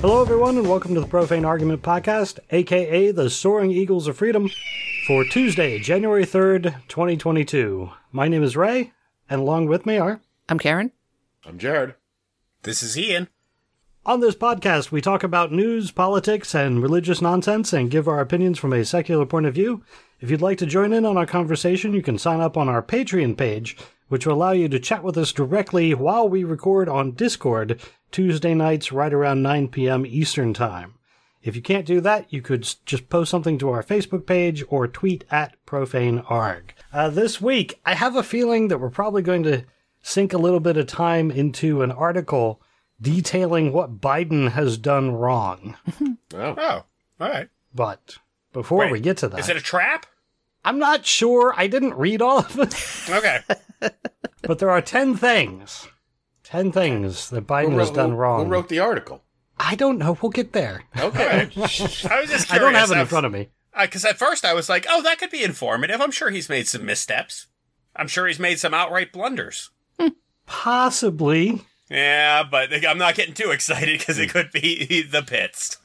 Hello, everyone, and welcome to the Profane Argument Podcast, aka the Soaring Eagles of Freedom, for Tuesday, January 3rd, 2022. My name is Ray, and along with me are. I'm Karen. I'm Jared. This is Ian. On this podcast, we talk about news, politics, and religious nonsense and give our opinions from a secular point of view. If you'd like to join in on our conversation, you can sign up on our Patreon page, which will allow you to chat with us directly while we record on Discord Tuesday nights right around 9 p.m. Eastern Time. If you can't do that, you could s- just post something to our Facebook page or tweet at profanearg. Uh, this week, I have a feeling that we're probably going to sink a little bit of time into an article detailing what Biden has done wrong. Oh, Oh, all right. But before Wait, we get to that, Is it a trap? I'm not sure. I didn't read all of it. Okay. But there are 10 things. 10 things that Biden has done who, wrong. Who wrote the article? I don't know. We'll get there. Okay. I was just curious. I don't have it in front of me. Because at first I was like, oh, that could be informative. I'm sure he's made some missteps. I'm sure he's made some outright blunders. Possibly. Yeah, but I'm not getting too excited because it could be the pits.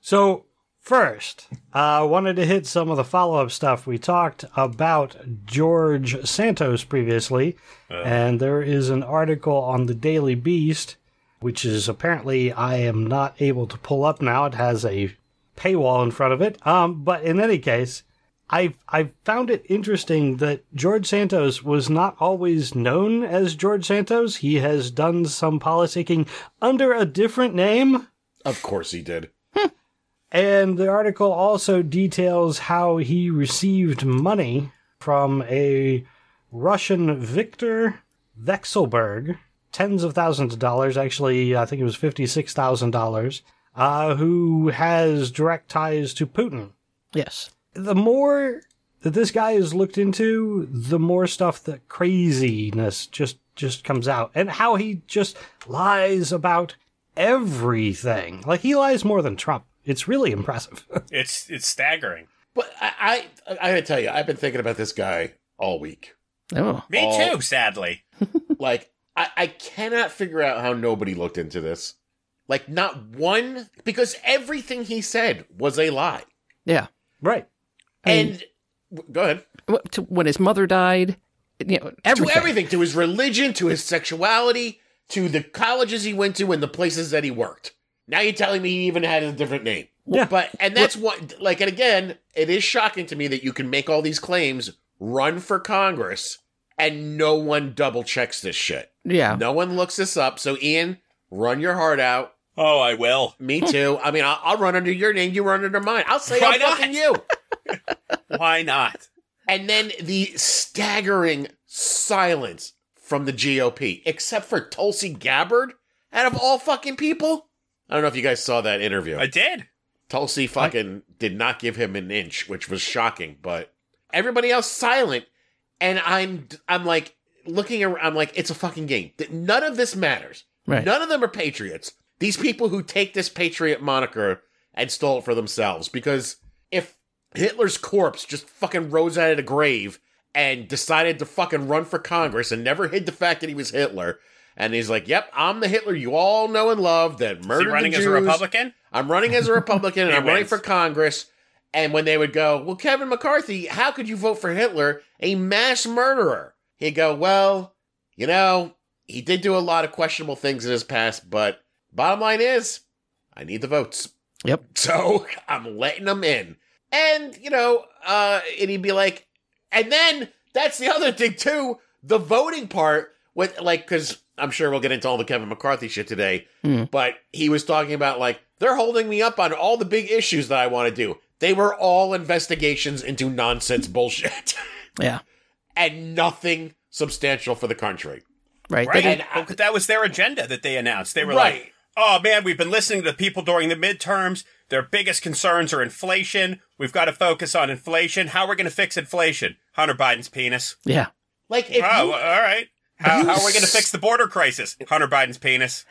So, first, I wanted to hit some of the follow up stuff. We talked about George Santos previously, and there is an article on the Daily Beast, which is apparently I am not able to pull up now. It has a paywall in front of it. Um, but in any case, I I found it interesting that George Santos was not always known as George Santos. He has done some politicking under a different name. of course he did. And the article also details how he received money from a Russian Victor Vexelberg, tens of thousands of dollars, actually, I think it was $56,000, uh, who has direct ties to Putin. Yes. The more that this guy is looked into, the more stuff that craziness just just comes out and how he just lies about everything. Like he lies more than Trump. It's really impressive. it's it's staggering. But I, I, I gotta tell you, I've been thinking about this guy all week. Oh, Me Oh. too, sadly. Like, I, I cannot figure out how nobody looked into this. Like, not one, because everything he said was a lie. yeah. right. And w- go ahead. Wh- to- When his mother died, you know, everything. To everything, to his religion, to his sexuality, to the colleges he went to, and the places that he worked. Now you're telling me he even had a different name. Yeah. But and that's what like and again, it is shocking to me that you can make all these claims, run for Congress, and no one double checks this shit. Yeah. No one looks this up. So Ian, run your heart out. Oh, I will. Me too. I mean, I'll, I'll run under your name. You run under mine. I'll say Why I'm not? fucking you. Why not? And then the staggering silence from the GOP, except for Tulsi Gabbard, out of all fucking people. I don't know if you guys saw that interview. I did. Tulsi fucking did not give him an inch, which was shocking. But everybody else silent, and I'm I'm like looking around. I'm like, it's a fucking game. Th- None of this matters. Right. None of them are patriots. These people who take this patriot moniker and stole it for themselves. Because if Hitler's corpse just fucking rose out of the grave and decided to fucking run for Congress and never hid the fact that he was Hitler. And he's like, "Yep, I'm the Hitler you all know and love that Is he murdered the running as a Jews." Republican? I'm running as a Republican and He I'm running wins. for Congress. And when they would go, Well, Kevin McCarthy, how could you vote for Hitler, a mass murderer? He'd go, Well, you know, he did do a lot of questionable things in his past, but bottom line is, I need the votes. Yep. So I'm letting them in. And, you know, uh, and he'd be like, and then that's the other thing too, the voting part with like, cause I'm sure we'll get into all the Kevin McCarthy shit today, Hmm. but he was talking about like, they're holding me up on all the big issues that I want to do. They were all investigations into nonsense bullshit Yeah. and nothing substantial for the country. Right. They Right. did- And I- that was their agenda that they announced. They were like, Right. oh man, we've been listening to people during the midterms. Their biggest concerns are inflation. We've got to focus on inflation. How are we going to fix inflation? Hunter Biden's penis. yeah. Like if oh, you- all right. How, you how are we going to s- fix the border crisis? Hunter Biden's penis.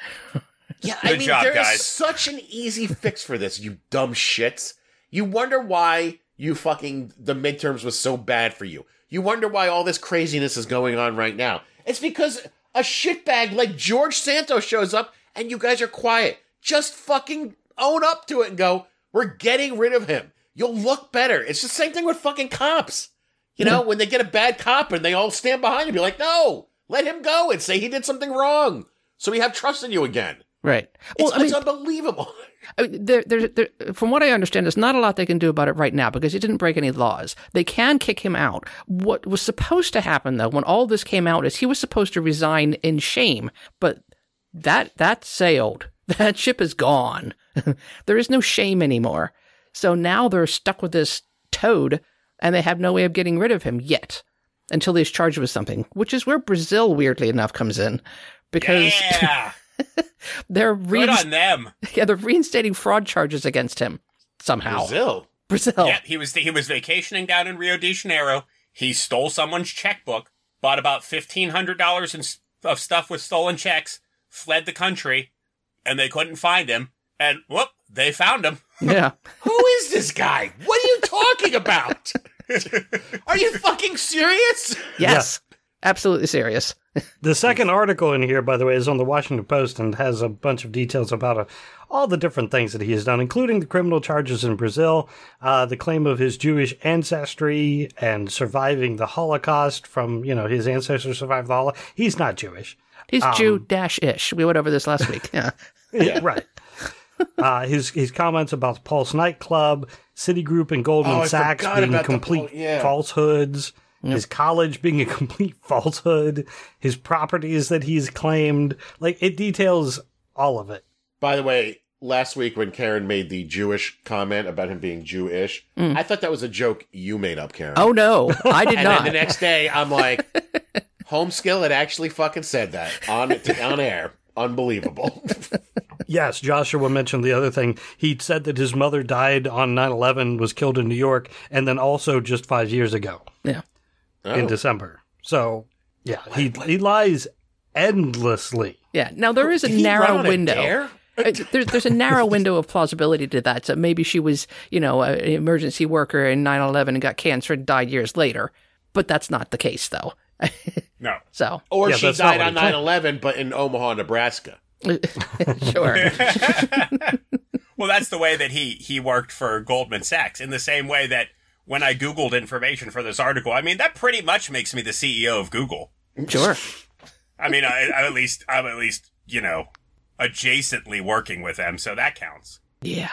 Yeah, I Good mean, job, there is guys. such an easy fix for this, you dumb shits. You wonder why you fucking the midterms was so bad for you. You wonder why all this craziness is going on right now. It's because a shitbag like George Santos shows up and you guys are quiet. Just fucking own up to it and go, we're getting rid of him. You'll look better. It's the same thing with fucking cops. You know, when they get a bad cop and they all stand behind you, be like, no, let him go and say he did something wrong. So we have trust in you again. Right. It's, Well, I mean, it's unbelievable. I mean, there, there, there, from what I understand, there's not a lot they can do about it right now because he didn't break any laws. They can kick him out. What was supposed to happen, though, when all this came out, is he was supposed to resign in shame. But that that sailed. That ship is gone. there is no shame anymore. So now they're stuck with this toad, and they have no way of getting rid of him yet until he's charged with something, which is where Brazil, weirdly enough, comes in because Yeah. they're Good reinst- on them. yeah, they're reinstating fraud charges against him somehow. Brazil. Brazil. Yeah, he was he was vacationing down in Rio de Janeiro. He stole someone's checkbook, bought about fifteen hundred dollars in, s- of stuff with stolen checks, fled the country, and they couldn't find him. And whoop, they found him. Yeah. Who is this guy? What are you talking about? Are you fucking serious? Yes. Absolutely serious. The second article in here, by the way, is on the Washington Post and has a bunch of details about uh, all the different things that he has done, including the criminal charges in Brazil, uh, the claim of his Jewish ancestry, and surviving the Holocaust from, you know, his ancestors survived the Holocaust. He's not Jewish. He's Um, Jew dash ish. We went over this last week. Yeah. right. Uh, his his comments about the Pulse nightclub, Citigroup, and Goldman Oh, I Sachs forgot being about the complete Pul- yeah. falsehoods, his college being a complete falsehood, his properties that he's claimed, like it details all of it. By the way, last week when Karen made the Jewish comment about him being Jewish, I thought that was a joke you made up, Karen. Oh no, I did and then the not. next day, I'm like, Home Skill had actually fucking said that on on air. Unbelievable. Yes, Joshua mentioned the other thing. He said that his mother died on 9/11, was killed in New York, and then also just five years ago Yeah. in Oh. December. So yeah, he he lies endlessly. Yeah. Now there is a Did he run narrow on a window. dare? Uh, There's there's a narrow window of plausibility to that. So maybe she was, you know, an emergency worker in 9/11 and got cancer and died years later. But that's not the case though. No. So Or Yeah, she that's not died what on he claimed. 9 11, but in Omaha, Nebraska. sure. Well, that's the way that he he worked for Goldman Sachs. In the same way that when I googled information for this article, I mean that pretty much makes me the CEO of Google. Sure. I mean, I, I at least I'm at least you know adjacently working with them, so that counts. Yeah.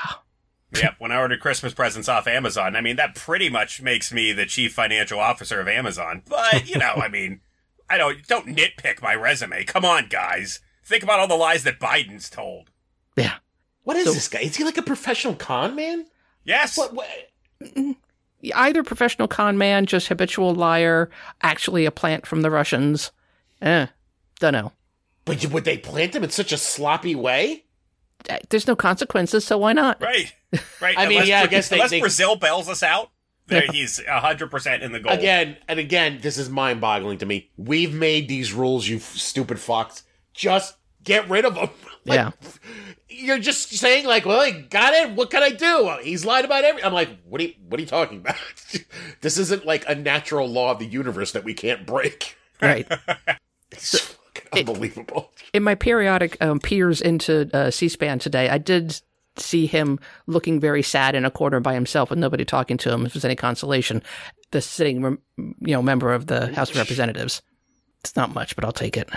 Yep, when I ordered Christmas presents off Amazon, I mean, that pretty much makes me the chief financial officer of Amazon. But, you know, I mean, I don't, don't nitpick my resume. Come on, guys. Think about all the lies that Biden's told. Yeah. What is So- this guy? Is he like a professional con man? Yes. What, what? Either professional con man, just habitual liar, actually a plant from the Russians. Eh. Don't know. But you- would they plant him in such a sloppy way? Eh, there's no consequences, so why not? Right. Right. I mean, Unless yeah, I Bra- guess they- Unless they- Brazil bails us out, there, he's 100% in the goal. Again and again, this is mind boggling to me. We've made these rules, you f- stupid fox. Just get rid of them. Yeah. You're just saying like, well, he got it. What can I do? Well, He's lied about every. I'm like, what are you, what are you talking about? this isn't like a natural law of the universe that we can't break. Right. It's fucking unbelievable. In my periodic um, peers into uh, C-SPAN today, I did see him looking very sad in a corner by himself with nobody talking to him. If there's any consolation, the sitting, rem- you know, member of the House of Representatives. It's not much, but I'll take it.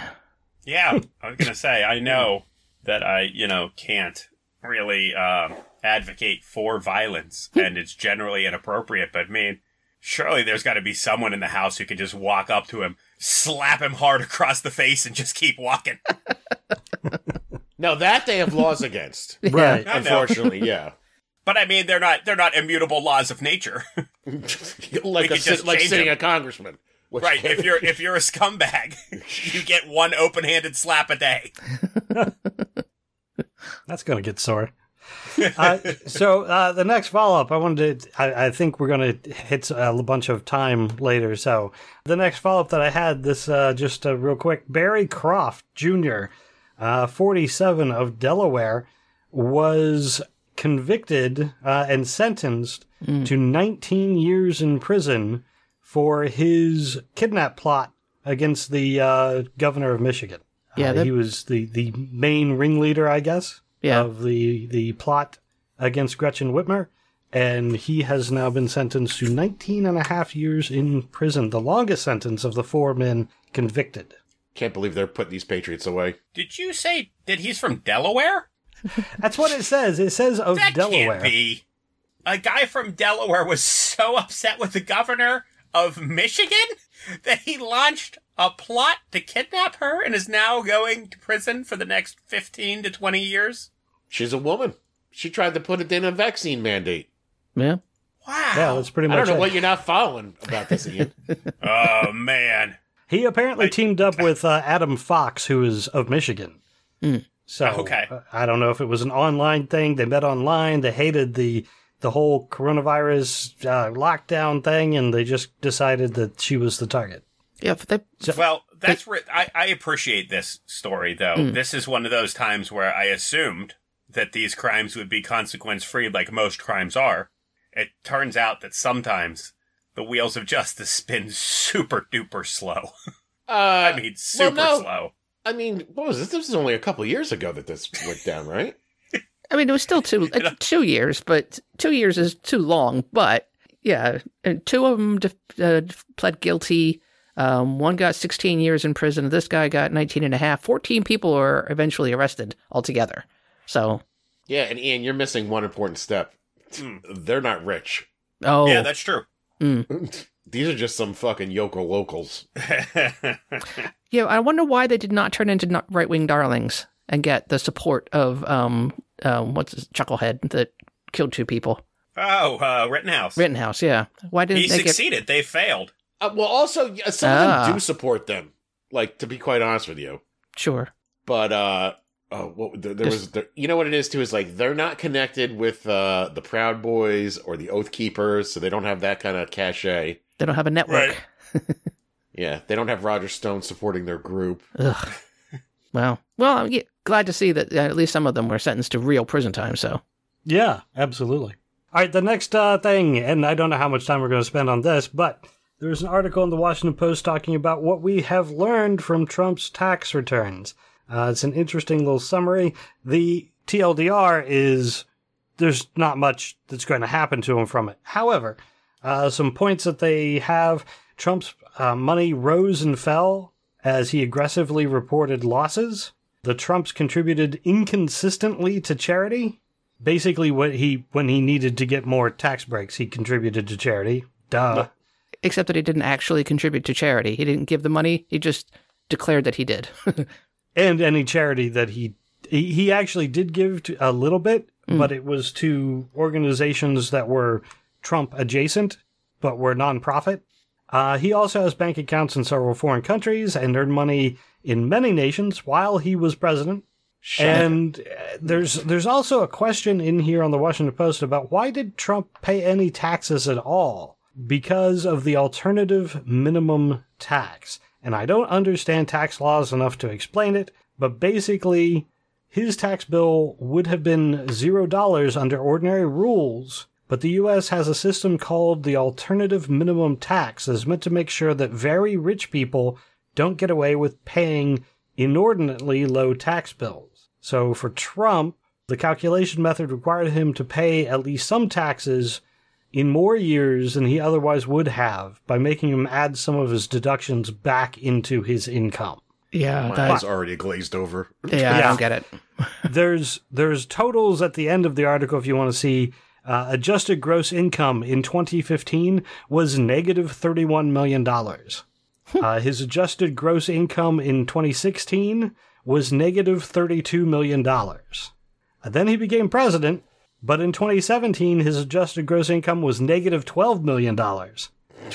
Yeah, I was gonna say I know that I you know can't really um, advocate for violence, and it's generally inappropriate. But I mean, surely there's got to be someone in the house who can just walk up to him, slap him hard across the face, and just keep walking. Now that they have laws against, Right. I know. unfortunately, yeah. But I mean, they're not they're not immutable laws of nature, like a, could sit- just like change sitting them. a congressman. Which right? If you're if you're a scumbag, you get one open handed slap a day. That's going to get sore. uh, so uh, the next follow up, I wanted to. I, I think we're going to hit a bunch of time later. So the next follow up that I had, this uh, just uh, real quick, Barry Croft Jr., uh, forty seven of Delaware, was convicted uh, and sentenced Mm. to nineteen years in prison for his kidnap plot against the uh, governor of Michigan. Yeah, Uh, that- he was the the main ringleader, I guess. Yeah. of the the plot against Gretchen Whitmer, and he has now been sentenced to 19 and a half years in prison, the longest sentence of the four men convicted. Can't believe they're putting these Patriots away. Did you say that he's from Delaware? That's what it says. It says of that Delaware. can't be. A guy from Delaware was so upset with the governor of Michigan that he launched a plot to kidnap her and is now going to prison for the next 15 to 20 years. She's a woman. She tried to put it in a vaccine mandate. Yeah. Wow. Yeah, that's pretty I much don't know it. what you're not following about this, Ian. oh, man. He apparently teamed up with uh, Adam Fox, who is of Michigan. So Okay. uh, I don't know if it was an online thing. They met online. They hated the the whole coronavirus uh, lockdown thing, and they just decided that she was the target. Yeah. But they, Well, that's where I, I appreciate this story, though. This is one of those times where I assumed that these crimes would be consequence free, like most crimes are. It turns out that sometimes the wheels of justice spin super duper slow. Uh, I mean, super no. slow. I mean, what was this? This was only a couple years ago that this went down, right? I mean, it was still two uh, two years, but two years is too long. But yeah, and two of them uh, pled guilty. Um, one got 16 years in prison. This guy got 19 and a half. 14 people were eventually arrested altogether. So, Yeah, and Ian, you're missing one important step. They're not rich. oh, Yeah, that's true. These are just some fucking yokel locals. Yeah, I wonder why they did not turn into right wing darlings and get the support of um, um what's his chucklehead that killed two people, oh, uh, Rittenhouse. Rittenhouse. Yeah, why didn't he they get? succeeded. They failed. Uh, well, also, yeah, some of Ah. them do support them. Like, to be quite honest with you, Sure, but uh, oh, what, there, there was, there, you know what it is too is like they're not connected with uh the Proud Boys or the Oath Keepers, so they don't have that kind of cachet. they don't have a network. Right. Yeah, they don't have Roger Stone supporting their group. Ugh. wow. Well, I'm yeah, glad to see that uh, at least some of them were sentenced to real prison time. So, Yeah, absolutely. All right, the next uh, thing, and I don't know how much time we're going to spend on this, but there was an article in the Washington Post talking about what we have learned from Trump's tax returns. Uh, it's an interesting little summary. The TLDR is there's not much that's going to happen to him from it. However, uh, some points that they have Trump's uh, money rose and fell as he aggressively reported losses. The Trumps contributed inconsistently to charity basically what he when he needed to get more tax breaks he contributed to charity duh except that he didn't actually contribute to charity. He didn't give the money. He just declared that he did. and any charity that he he, he actually did give to a little bit but it was to organizations that were trump adjacent but were nonprofit uh, he also has bank accounts in several foreign countries and earned money in many nations while he was president and uh, there's there's also a question in here on the Washington Post about why did Trump pay any taxes at all because of the alternative minimum tax. And I don't understand tax laws enough to explain it, but basically his tax bill would have been $0 under ordinary rules, but the US has a system called the alternative minimum tax that's meant to make sure that very rich people don't get away with paying inordinately low tax bills. So for Trump, the calculation method required him to pay at least some taxes in more years than he otherwise would have by making him add some of his deductions back into his income. yeah, My eyes already glazed over. yeah, I Yeah. don't get it. there's there's totals at the end of the article if you want to see uh, adjusted gross income in 2015 was negative 31 million dollars uh, his adjusted gross income in 2016 was negative 32 million dollars Uh, then he became president but in 2017 his adjusted gross income was negative 12 million dollars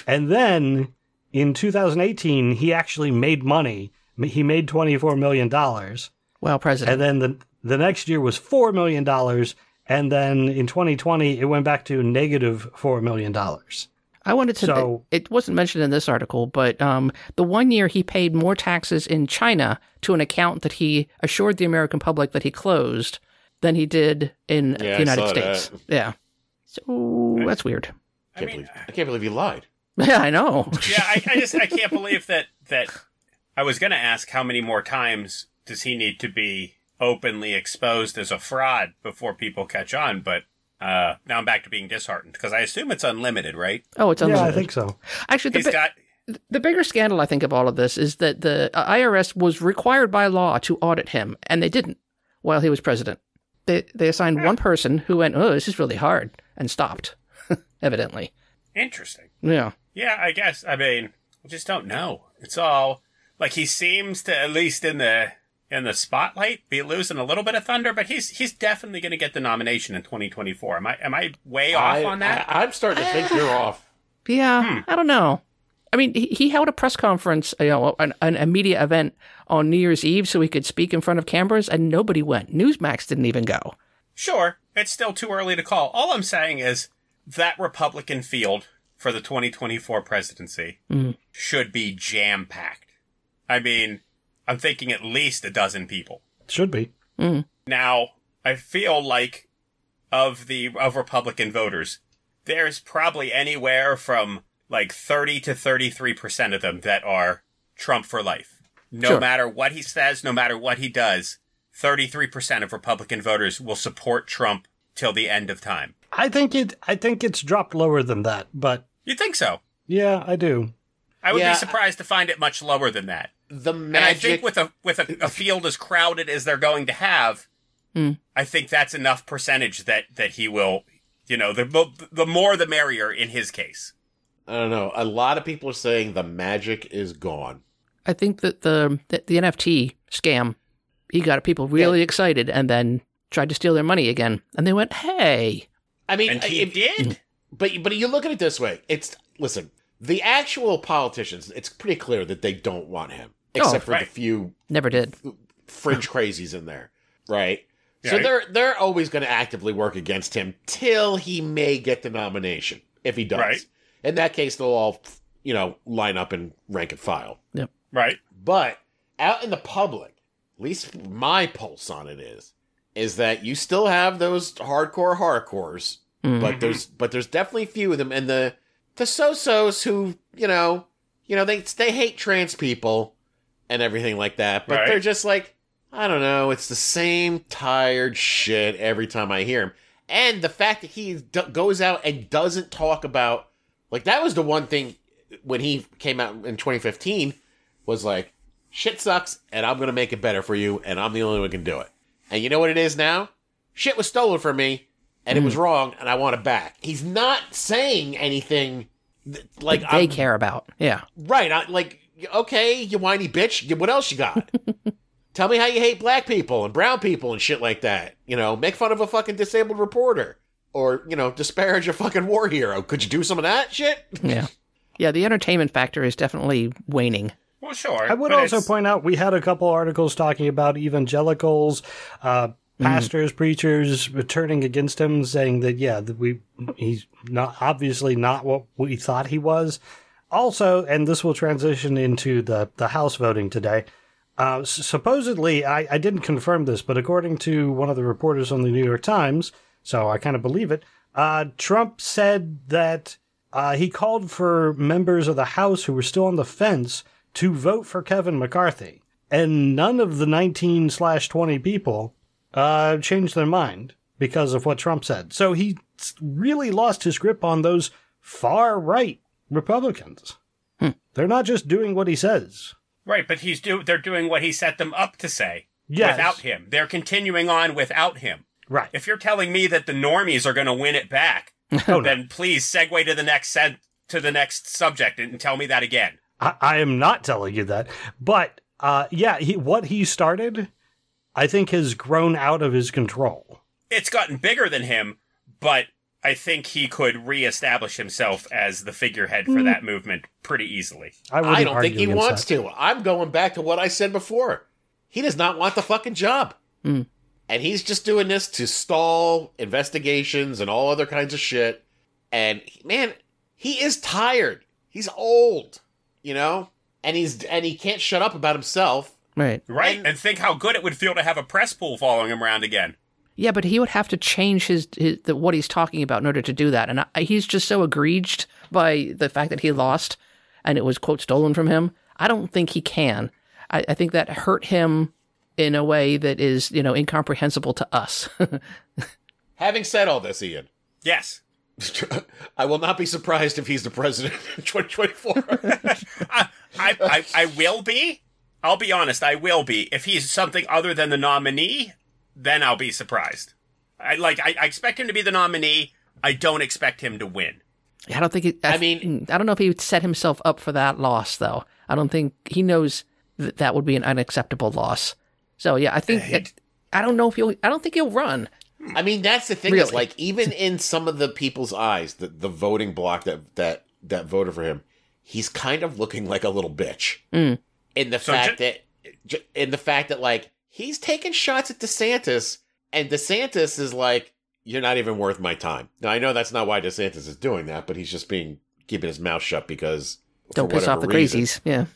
and then in 2018 he actually made money he made 24 million dollars Well, and president. then the the next year was four million dollars, and then in 2020 it went back to negative four million dollars. I wanted to. So- it wasn't mentioned in this article, but um, the one year he paid more taxes in China to an account that he assured the American public that he closed than he did in Yeah, I the United saw that. States. Yeah. So that's weird. I can't believe I can't believe you lied. Yeah, I know. yeah, I, I just I can't believe that that I was going to ask how many more times does he need to be openly exposed as a fraud before people catch on. But uh, now I'm back to being disheartened because I assume it's unlimited, right? Oh, it's Yeah, I unlimited. think so. Actually, the He's bi- got the bigger scandal I think of all of this is that the uh, IRS was required by law to audit him, and they didn't while he was president. They they assigned one person who went, "Oh, this is really hard," and stopped. Evidently, interesting. yeah. Yeah, I guess. I mean, I just don't know. It's all like he seems to at least in the in the spotlight be losing a little bit of thunder, but he's he's definitely going to get the nomination in 2024. Am I am I way off I, on that? I, am starting to think you're off. Yeah, I don't know. I mean, he, he held a press conference, you know, an, an, a media event on New Year's Eve so he could speak in front of cameras, and nobody went. Newsmax didn't even go. sure, it's still too early to call. All I'm saying is that Republican field for the 2024 presidency should be jam packed. I mean, I'm thinking at least a dozen people. Should be. Now, I feel like of the of Republican voters, there's probably anywhere from like 30 to 33% of them that are Trump for life. No Sure. matter what he says, no matter what he does, 33% of Republican voters will support Trump till the end of time. I think it. I think it's dropped lower than that, but You think so? yeah, I do. I would Yeah. be surprised to find it much lower than that. The magic. And I think with a with a, a field as crowded as they're going to have, Hmm. I think that's enough percentage that that he will, you know, the mo- the more the merrier in his case. I don't know. A lot of people are saying the magic is gone. I think that the the, the NFT scam, he got people really excited, and then tried to steal their money again, and they went, "Hey, I mean, And I- he if- did. But but you look at it this way. It's listen, the actual politicians. It's pretty clear that they don't want him, except for Oh, right. the few never did." fringe crazies in there, right? So Right. they're they're always going to actively work against him till he may get the nomination if he does. Right. In that case, they'll all you know line up and rank and file. Right. But out in the public, at least my pulse on it is, is that you still have those hardcore hardcores, Mm. Mm-hmm. but there's but there's definitely few of them, and the the so-sos who you know you know they they hate trans people and everything like that, but Right. they're just like I don't know, it's the same tired shit every time I hear him, and the fact that he d- goes out and doesn't talk about like that was the one thing when he came out in 2015 was like, shit sucks, and I'm gonna make it better for you, and I'm the only one who can do it. And you know what it is now? Shit was stolen from me, and it was wrong, and I want it back. He's not saying anything th- like they I'm, care about. Yeah. right. I, like, okay, you whiny bitch. you- What else you got? Tell me how you hate black people and brown people and shit like that. You know, make fun of a fucking disabled reporter. Or, you know, disparage a fucking war hero. Could you do some of that shit? Yeah. Yeah, the entertainment factor is definitely waning. Well, sure. I would but also it's- point out we had a couple articles talking about evangelicals, uh, pastors, preachers turning against him, saying that yeah, that we he's not obviously not what we thought he was. Also, and this will transition into the the House voting today. Uh, s- supposedly, I, I didn't confirm this, but according to one of the reporters on the New York Times, so I kind of believe it. Uh, Trump said that uh, he called for members of the House who were still on the fence to vote for Kevin McCarthy, and none of the 19 slash 20 people uh, changed their mind because of what Trump said. So he s- really lost his grip on those far right Republicans. Hmm. They're not just doing what he says. Right, but he's do they're doing what he set them up to say. Yes. Without him, they're continuing on without him. Right. If you're telling me that the normies are going to win it back, Oh, no. then please segue to the next sen- to the next subject and tell me that again. I, I am not telling you that. But uh, yeah, he, what he started, I think, has grown out of his control. it's gotten bigger than him, but I think he could reestablish himself as the figurehead for that movement pretty easily. I, wouldn't I don't argue think he against wants that. to. I'm going back to what I said before. He does not want the fucking job. Hmm. And he's just doing this to stall investigations and all other kinds of shit. And he- man, he is tired. He's old, you know? And he's and he can't shut up about himself. Right. Right? And- And, think how good it would feel to have a press pool following him around again. Yeah, but he would have to change his, his the, what he's talking about in order to do that. And I, he's just so aggrieved by the fact that he lost and it was, quote, stolen from him. I don't think he can. I, I think that hurt him in a way that is, you know, incomprehensible to us. Having said all this, Ian, Yes. I will not be surprised if he's the president in 2024. I, I, I, I will be. I'll be honest. I will be. If he's something other than the nominee, then I'll be surprised. I like. I, I expect him to be the nominee. I don't expect him to win. I don't think. He, I, hmm, I mean- I don't know if he would set himself up for that loss, though. I don't think he knows that that would be an unacceptable loss. So yeah, I think I don't know if he'll. I don't think he'll run. I mean, that's the thing is Really? like even in some of the people's eyes, the, the voting block that that that voted for him, he's kind of looking like a little bitch. Mm. In the So fact ju- that ju- in the fact that like he's taking shots at DeSantis and DeSantis is like you're not even worth my time. Now I know that's not why DeSantis is doing that, but he's just being keeping his mouth shut because Don't for piss off whatever the reason- crazies. Yeah.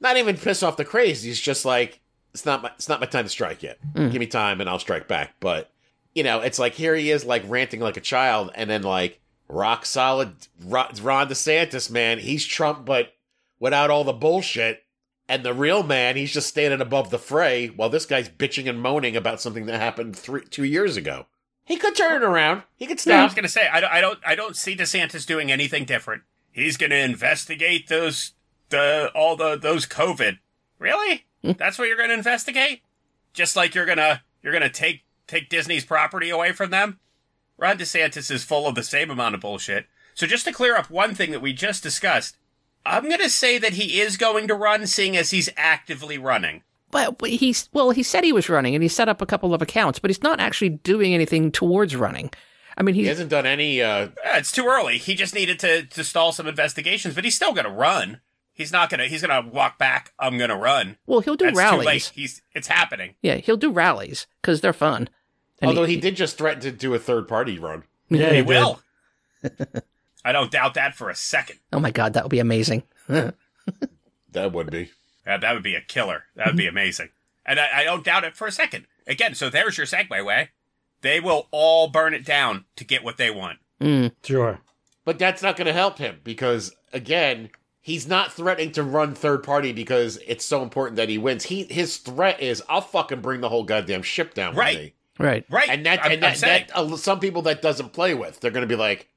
Not even piss off the crazies, just like it's not my it's not my time to strike yet. Give me time and I'll strike back. But you know, it's like here he is like ranting like a child and then like rock solid Ro- Ron DeSantis, man, he's Trump but without all the bullshit. And the real man, he's just standing above the fray while this guy's bitching and moaning about something that happened three, two years ago. He could turn it around. He could I stop. was going to say I don't, I don't I don't see DeSantis doing anything different. He's going to investigate those the all the those COVID. Really? That's what you're going to investigate? Just like you're going to you're going to take take Disney's property away from them? Ron DeSantis is full of the same amount of bullshit. So just to clear up one thing that we just discussed, I'm going to say that he is going to run seeing as he's actively running. But but he's well, he said he was running, and he set up a couple of accounts, but he's not actually doing anything towards running. I mean, He he's hasn't done any uh, Yeah, it's too early. He just needed to, to stall some investigations, but he's still going to run. He's not going to. He's going to walk back. I'm going to run. well, he'll do That's too late. rallies. He's it's happening. Yeah, he'll do rallies because they're fun. And Although he did just threaten to do a third party run. Yeah, He he did. will. I don't doubt that for a second. oh my god, that would be amazing. That would be. Uh, that would be a killer. That would be amazing. And I, I don't doubt it for a second. Again, so there's your segue way. They will all burn it down to get what they want. Hmm, Sure. But that's not going to help him because, again, he's not threatening to run third party because it's so important that he wins. He His threat is, I'll fucking bring the whole goddamn ship down Right. with me. Right. Right. And that, I'm- and I'm that, saying- that uh, some people that doesn't play with, they're going to be like,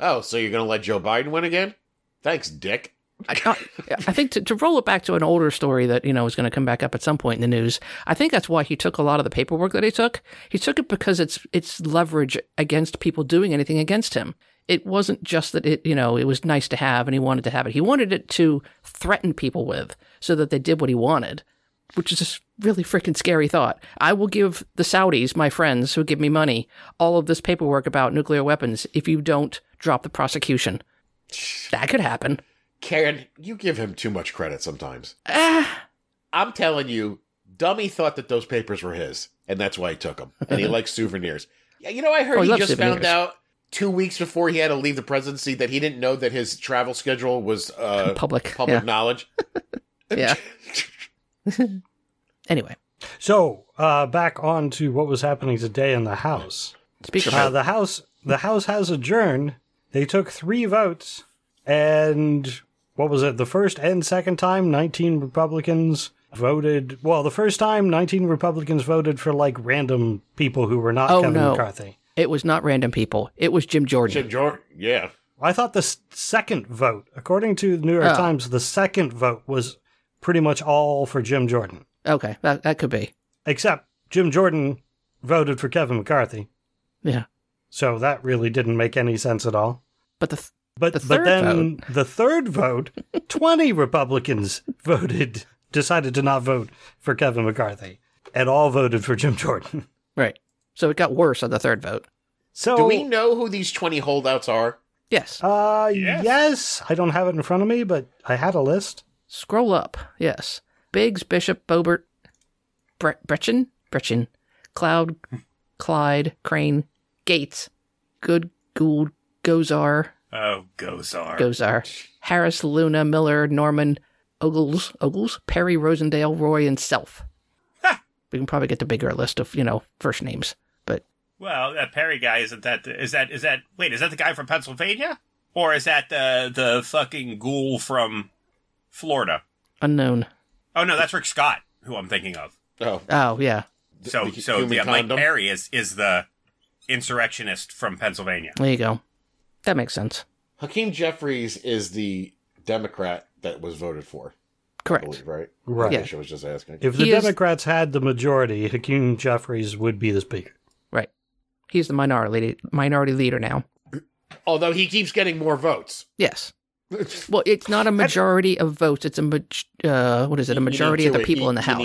oh, so you're going to let Joe Biden win again? Thanks, dick. I, I- I think to, to roll it back to an older story that you know is going to come back up at some point in the news. I think that's why he took a lot of the paperwork that he took. He took it because it's it's leverage against people doing anything against him. It wasn't just that it you know it was nice to have and he wanted to have it. He wanted it to threaten people with so that they did what he wanted, which is just really freaking scary thought. I will give the Saudis, my friends who give me money, all of this paperwork about nuclear weapons if you don't drop the prosecution. That could happen. Karen, you give him too much credit sometimes. Ah. I'm telling you, Dummy thought that those papers were his, and that's why he took them. And he likes souvenirs. Yeah, you know, I heard Oh, he he, loves just found souvenirs. out two weeks before he had to leave the presidency that he didn't know that his travel schedule was uh, public. public knowledge. Yeah. yeah. anyway, So uh, back on to what was happening today in the House. speak Uh, about the House, the House has adjourned. They took three votes, and what was it? The first and second time, nineteen Republicans voted. Well, the first time, nineteen Republicans voted for like random people who were not Oh, Kevin no. McCarthy. it was not random people. It was Jim Jordan. Jim Jordan, yeah. I thought the s- second vote, according to the New York Oh. Times, the second vote was pretty much all for Jim Jordan, Okay, that that could be. except Jim Jordan voted for Kevin McCarthy. Yeah, So that really didn't make any sense at all. but the th- But The but third then the third vote, twenty Republicans voted decided to not vote for Kevin McCarthy, and all voted for Jim Jordan. right. So it got worse on the third vote. So Do we know who these 20 holdouts are? Yes. uh yes. Yes. I don't have it in front of me, but I had a list. Scroll up. Yes. Biggs, Bishop, Bobert, Bre- Brechin, Brechin, Cloud, Clyde, Crane, Gates, Good, Gould, Gozar, oh, Gozar. Gozar, Harris, Luna, Miller, Norman, Ogles, Ogles, Perry, Rosendale, Roy, and Self. We can probably get the bigger list of you know first names, but well, that Perry guy isn't that. Is that is that? Wait, is that the guy from Pennsylvania, or is that the the fucking ghoul from Florida? unknown. Oh no, that's Rick Scott, who I'm thinking of. Oh, Oh yeah, the- So, the so human yeah, Mike condom. Perry is is the insurrectionist from Pennsylvania. there you go. That makes sense. Hakeem Jeffries is the Democrat that was voted for, I Correct. believe, right? Right. I was just asking. If the He is- Democrats had the majority, Hakeem Jeffries would be the speaker. Right. He's the minority minority leader now. Although he keeps getting more votes. Yes. Well, it's not a majority of votes. It's a maj- uh, what is it? A You need majority of two- the people you- in the you House.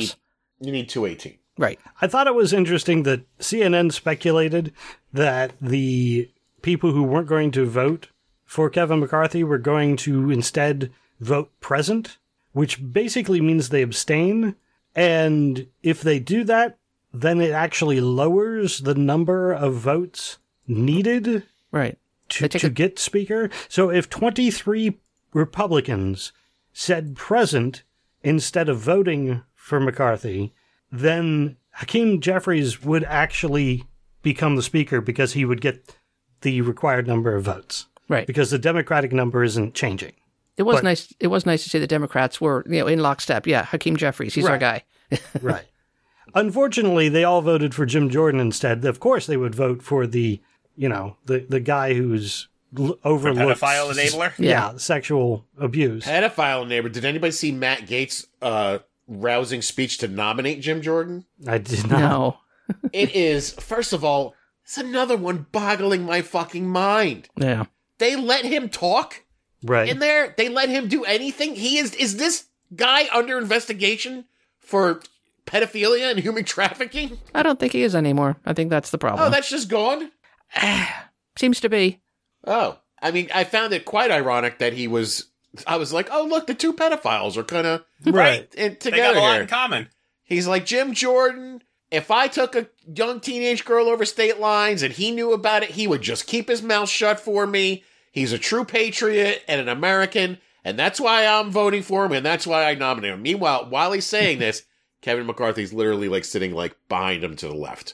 need- You need 218. Right. I thought it was interesting that CNN speculated that the people who weren't going to vote for Kevin McCarthy were going to instead vote present, which basically means they abstain. And if they do that, then it actually lowers the number of votes needed Right. to, They take to a- get speaker. So if 23 Republicans said present instead of voting for McCarthy, then Hakeem Jeffries would actually become the speaker because he would get the required number of votes Right. because the Democratic number isn't changing. It was But- nice. It was nice to see the Democrats were you know in lockstep. Yeah, Hakeem Jeffries, he's our Right. guy. Right. Unfortunately, they all voted for Jim Jordan instead. Of course, they would vote for the, you know, the, the guy who's l- overlooked. Pedophile enabler. Yeah, sexual abuse. Pedophile neighbor. Did anybody see Matt Gates' uh, rousing speech to nominate Jim Jordan? I did not. No. It is, first of all, it's another one boggling my fucking mind. Yeah. They let him talk Right. in there. They let him do anything. He is is this guy under investigation for pedophilia and human trafficking? I don't think he is anymore. I think that's the problem. Oh, that's just gone. Seems to be. Oh, I mean, I found it quite ironic that he was. I was like, oh look, the two pedophiles are kind of Right. in They got together a lot here. in common. He's like Jim Jordan. If I took a young teenage girl over state lines and he knew about it, he would just keep his mouth shut for me. He's a true patriot and an American, and that's why I'm voting for him, and that's why I nominate him. Meanwhile, while he's saying this, Kevin McCarthy's literally like sitting like behind him to the left,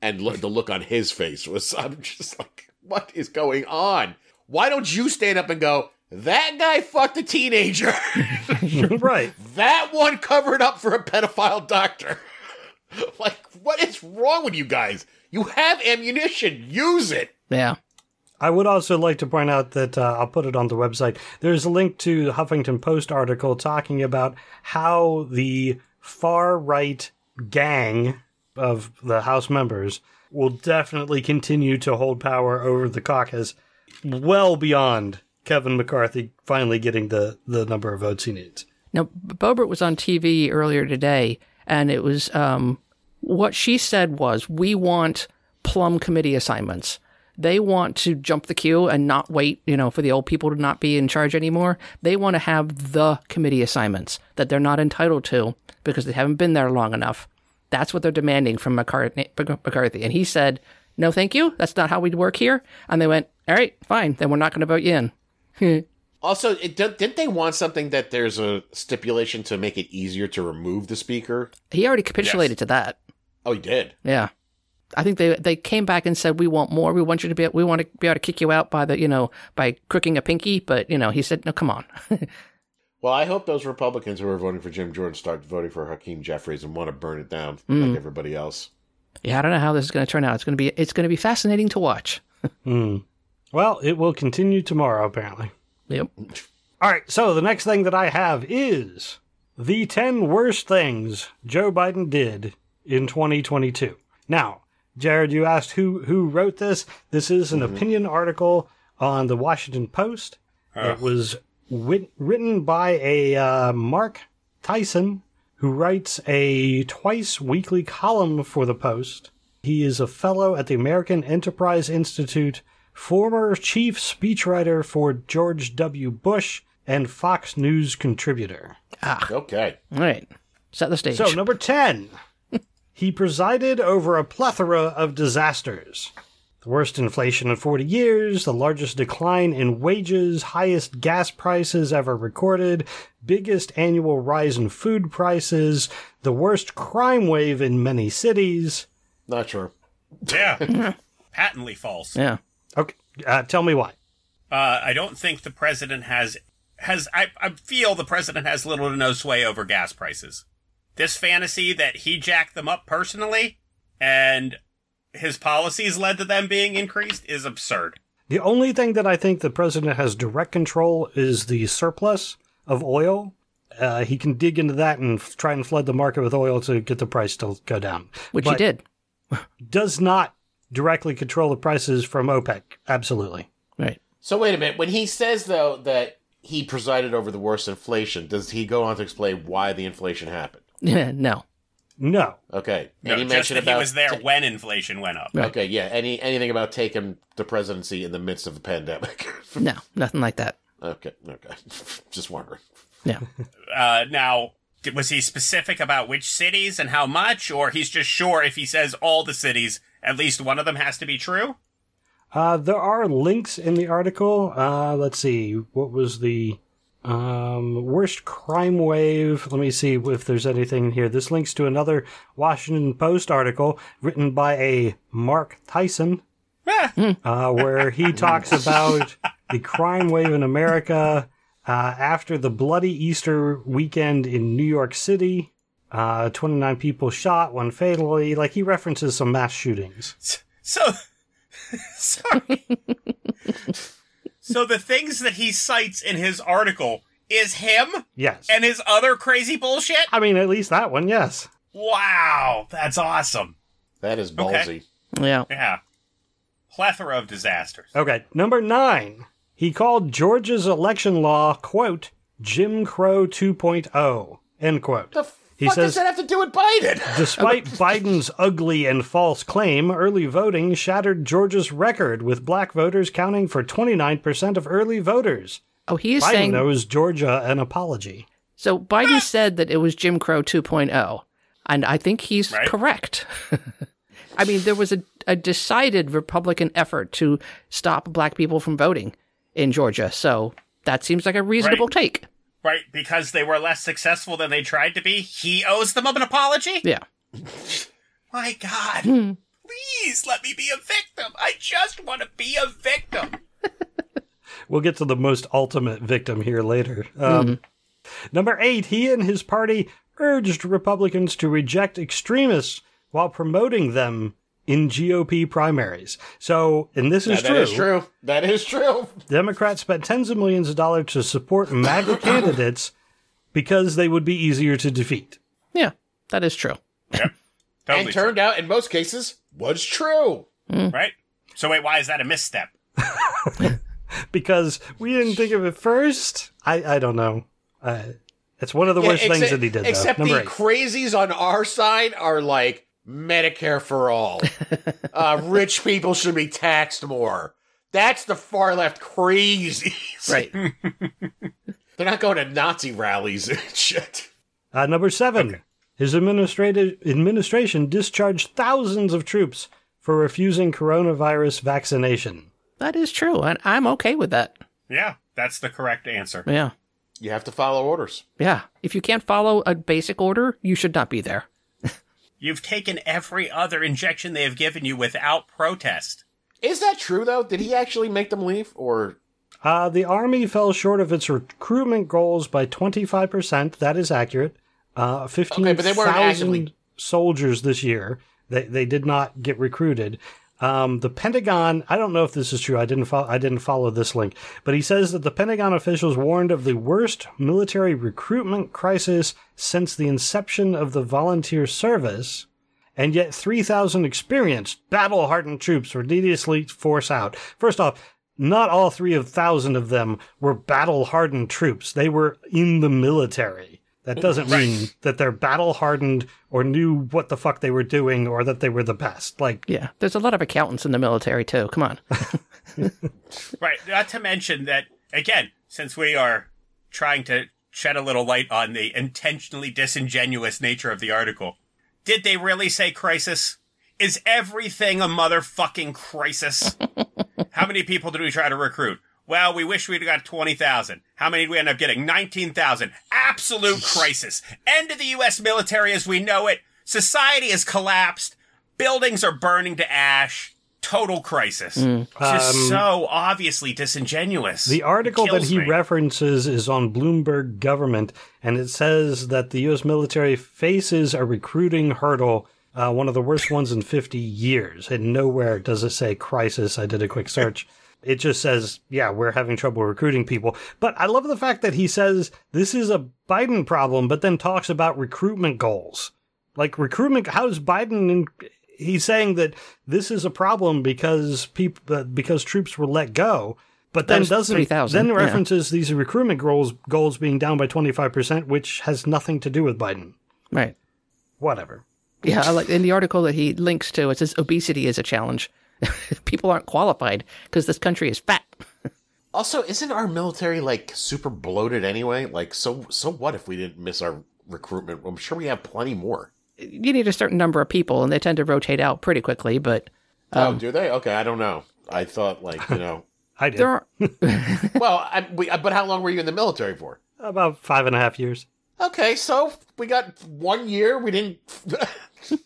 and lo- the look on his face was I'm just like, what is going on? Why don't you stand up and go? That guy fucked a teenager. right. That one covered up for a pedophile doctor. like, what is wrong with you guys? You have ammunition. Use it. Yeah. I would also like to point out that uh, I'll put it on the website. There's a link to the Huffington Post article talking about how the far right gang of the House members will definitely continue to hold power over the caucus well beyond Kevin McCarthy finally getting the, the number of votes he needs. Now, Bobert was on TV earlier today, and it was um, what she said was, "We want plum committee assignments. They want to jump the queue and not wait, you know, for the old people to not be in charge anymore. They want to have the committee assignments that they're not entitled to because they haven't been there long enough. That's what they're demanding from McCartney- McCarthy." And he said, "No, thank you. That's not how we work here." And they went, "All right, fine. Then we're not going to vote you in." Also, it, don't- didn't they want something that there's a stipulation to make it easier to remove the speaker? He already capitulated to that. Oh, he did. Yeah. I think they they came back and said we want more. We want you to be we want to be able to kick you out by the you know by crooking a pinky, but you know he said no, come on. Well, I hope those Republicans who are voting for Jim Jordan start voting for Hakeem Jeffries and want to burn it down like everybody else. yeah, I don't know how this is going to turn out. It's going to be it's going to be fascinating to watch. Well, it will continue tomorrow, apparently. Yep. All right, so the next thing that I have is the 10 worst things Joe Biden did in 2022. Now, Jared, you asked who, who wrote this. This is an opinion article on the Washington Post. It was wit- written by a uh, Mark Tyson, who writes a twice weekly column for the Post. He is a fellow at the American Enterprise Institute, former chief speechwriter for George W. Bush, and Fox News contributor. Okay. All right. Set the stage. So, number 10, he presided over a plethora of disasters. The worst inflation in 40 years, the largest decline in wages, highest gas prices ever recorded, biggest annual rise in food prices, the worst crime wave in many cities. Not sure. Yeah, patently false. yeah. Okay, uh, tell me why. Uh, I don't think the president has has. I, I feel the president has little to no sway over gas prices. this fantasy that he jacked them up personally and his policies led to them being increased is absurd. The only thing that I think the president has direct control is the surplus of oil. Uh, he can dig into that and f- try and flood the market with oil to get the price to go down. which he But- did. Does not directly control the prices from OPEC. Absolutely. Right. So wait a minute. When he says though that he presided over the worst inflation, does he go on to explain why the inflation happened? Yeah, no. No. Okay. No, Any just mention that about he was there ta- when inflation went up. Right. okay, yeah. Any anything about taking the presidency in the midst of a pandemic? No, nothing like that. okay, okay. Just wondering. Yeah. Uh, now, d- was he specific about which cities and how much, or he's just sure if he says all the cities, at least one of them has to be true? Uh, there are links in the article. Uh, let's see. What was the um, worst crime wave? Let me see if there's anything here. This links to another Washington Post article written by a Mark Tyson, Ah, uh, where he talks about the crime wave in America uh, after the bloody Easter weekend in New York City. Uh, 29 people shot, one fatally. Like, he references some mass shootings. So, sorry. so the things that he cites in his article is him Yes. and his other crazy bullshit? I mean, at least that one, yes. Wow, that's awesome. That is ballsy. Okay. Yeah. Yeah. Plethora of disasters. Okay, number nine. He called Georgia's election law, quote, Jim Crow 2.0, end quote. The fuck He does says- that have to do with Biden? Despite Biden's ugly and false claim, early voting shattered Georgia's record, with black voters counting for 29% of early voters. Oh, he is Biden saying owes Georgia an apology. so. Biden said that it was Jim Crow 2.0, and I think he's Right. correct. I mean, there was a, a decided Republican effort to stop black people from voting in Georgia, so that seems like a reasonable Right. take. Right? Because they were less successful than they tried to be, he owes them an apology? Yeah. My God. Please let me be a victim. I just want to be a victim. We'll get to the most ultimate victim here later. Um, Number eight, he and his party urged Republicans to reject extremists while promoting them in GOP primaries. So, and this is, That true, is true. That is true. Democrats spent tens of millions of dollars to support MAGA candidates because they would be easier to defeat. Yeah, that is true. Totally and turned out, in most cases, was true. true, right? So wait, why is that a misstep? Because we didn't think of it first. I, I don't know. Uh, it's one of the Yeah, worst things except- that he did, though. Except Number the eight. crazies on our side are like Medicare for all. uh, rich people should be taxed more. That's the far left crazies. Right. They're not going to Nazi rallies and shit. Uh, number seven, his administrative administration discharged thousands of troops for refusing coronavirus vaccination. that is true, and I'm okay with that. Yeah, that's the correct answer. Yeah. You have to follow orders. Yeah. If you can't follow a basic order, you should not be there. You've taken every other injection they have given you without protest. Is that true though? Did he actually make them leave, or Uh, the army fell short of its recruitment goals by 25%. That is accurate. Uh, Okay, but 15,000 they weren't actively- soldiers this year. They, they did not get recruited. Um, the Pentagon, I don't know if this is true. I didn't fo- I didn't follow this link, but he says that the Pentagon officials warned of the worst military recruitment crisis since the inception of the volunteer service. And yet 3,000 experienced, battle hardened troops were needlessly forced out. First off, not all 3,000 of them were battle hardened troops. They were in the military. That doesn't mean that they're battle hardened or knew what the fuck they were doing or that they were the best. Like, Yeah. There's a lot of accountants in the military, too. Come on. Right. Not to mention that, again, since we are trying to shed a little light on the intentionally disingenuous nature of the article, did they really say crisis? Is everything a motherfucking crisis? How many people did we try to recruit? Well, we wish we'd got 20,000. How many did we end up getting? 19,000. Absolute crisis. End of the U.S. military as we know it. Society has collapsed. Buildings are burning to ash. total crisis. Just so obviously disingenuous. The It article that kills he me. references is on Bloomberg government, and it says that the U.S. military faces a recruiting hurdle, uh, one of the worst ones in 50 years. And nowhere does it say crisis. I did a quick search. It just says, yeah, we're having trouble recruiting people. But I love the fact that he says this is a Biden problem, but then talks about recruitment goals. Like recruitment, how's Biden? In, he's saying that this is a problem because people uh, because troops were let go, but then was doesn't 3,000, then yeah. references these recruitment goals goals being down by twenty five percent, which has nothing to do with Biden. Right. Whatever. Yeah, I like in the article that he links to, it says obesity is a challenge. People aren't qualified because this country is fat. Also, isn't our military like super bloated anyway? Like, so so what if we didn't miss our recruitment? I'm sure we have plenty more. You need a certain number of people, and they tend to rotate out pretty quickly. But oh, do they? Okay, I don't know. I thought like you know. I did there are well, I, we, uh, but how long were you in the military for? about five and a half years. Okay, so we got one year. We didn't.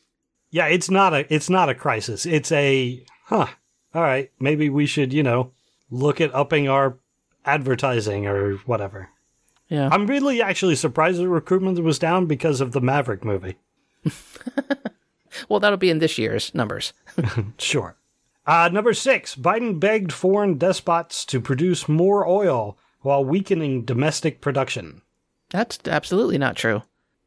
Yeah, it's not a it's not a crisis. It's a huh. All right, maybe we should you know look at upping our advertising or whatever. Yeah. I'm really actually surprised the recruitment was down because of the Maverick movie. well, that'll be in this year's numbers. Sure. Uh, number six, Biden begged foreign despots to produce more oil while weakening domestic production. That's absolutely not true.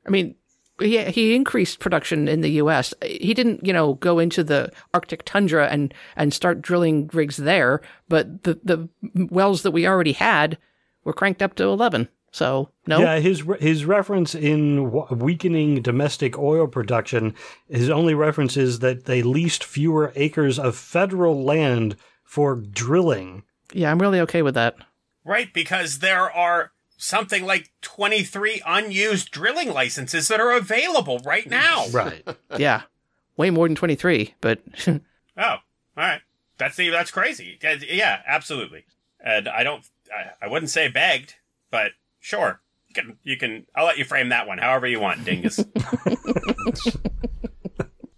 I mean, he he increased production in the U.S. He didn't, you know, go into the Arctic tundra and and start drilling rigs there. But the the wells that we already had were cranked up to eleven. So no, Yeah, his re- his reference in w- weakening domestic oil production, his only reference is that they leased fewer acres of federal land for drilling. yeah, I'm really okay with that. Right, because there are something like 23 unused drilling licenses that are available right now. Right. yeah, way more than 23, but Oh, all right. That's the, that's crazy. Yeah, Yeah, absolutely. And I don't, I, I wouldn't say begged, but sure. You can, you can, I'll let you frame that one however you want, dingus.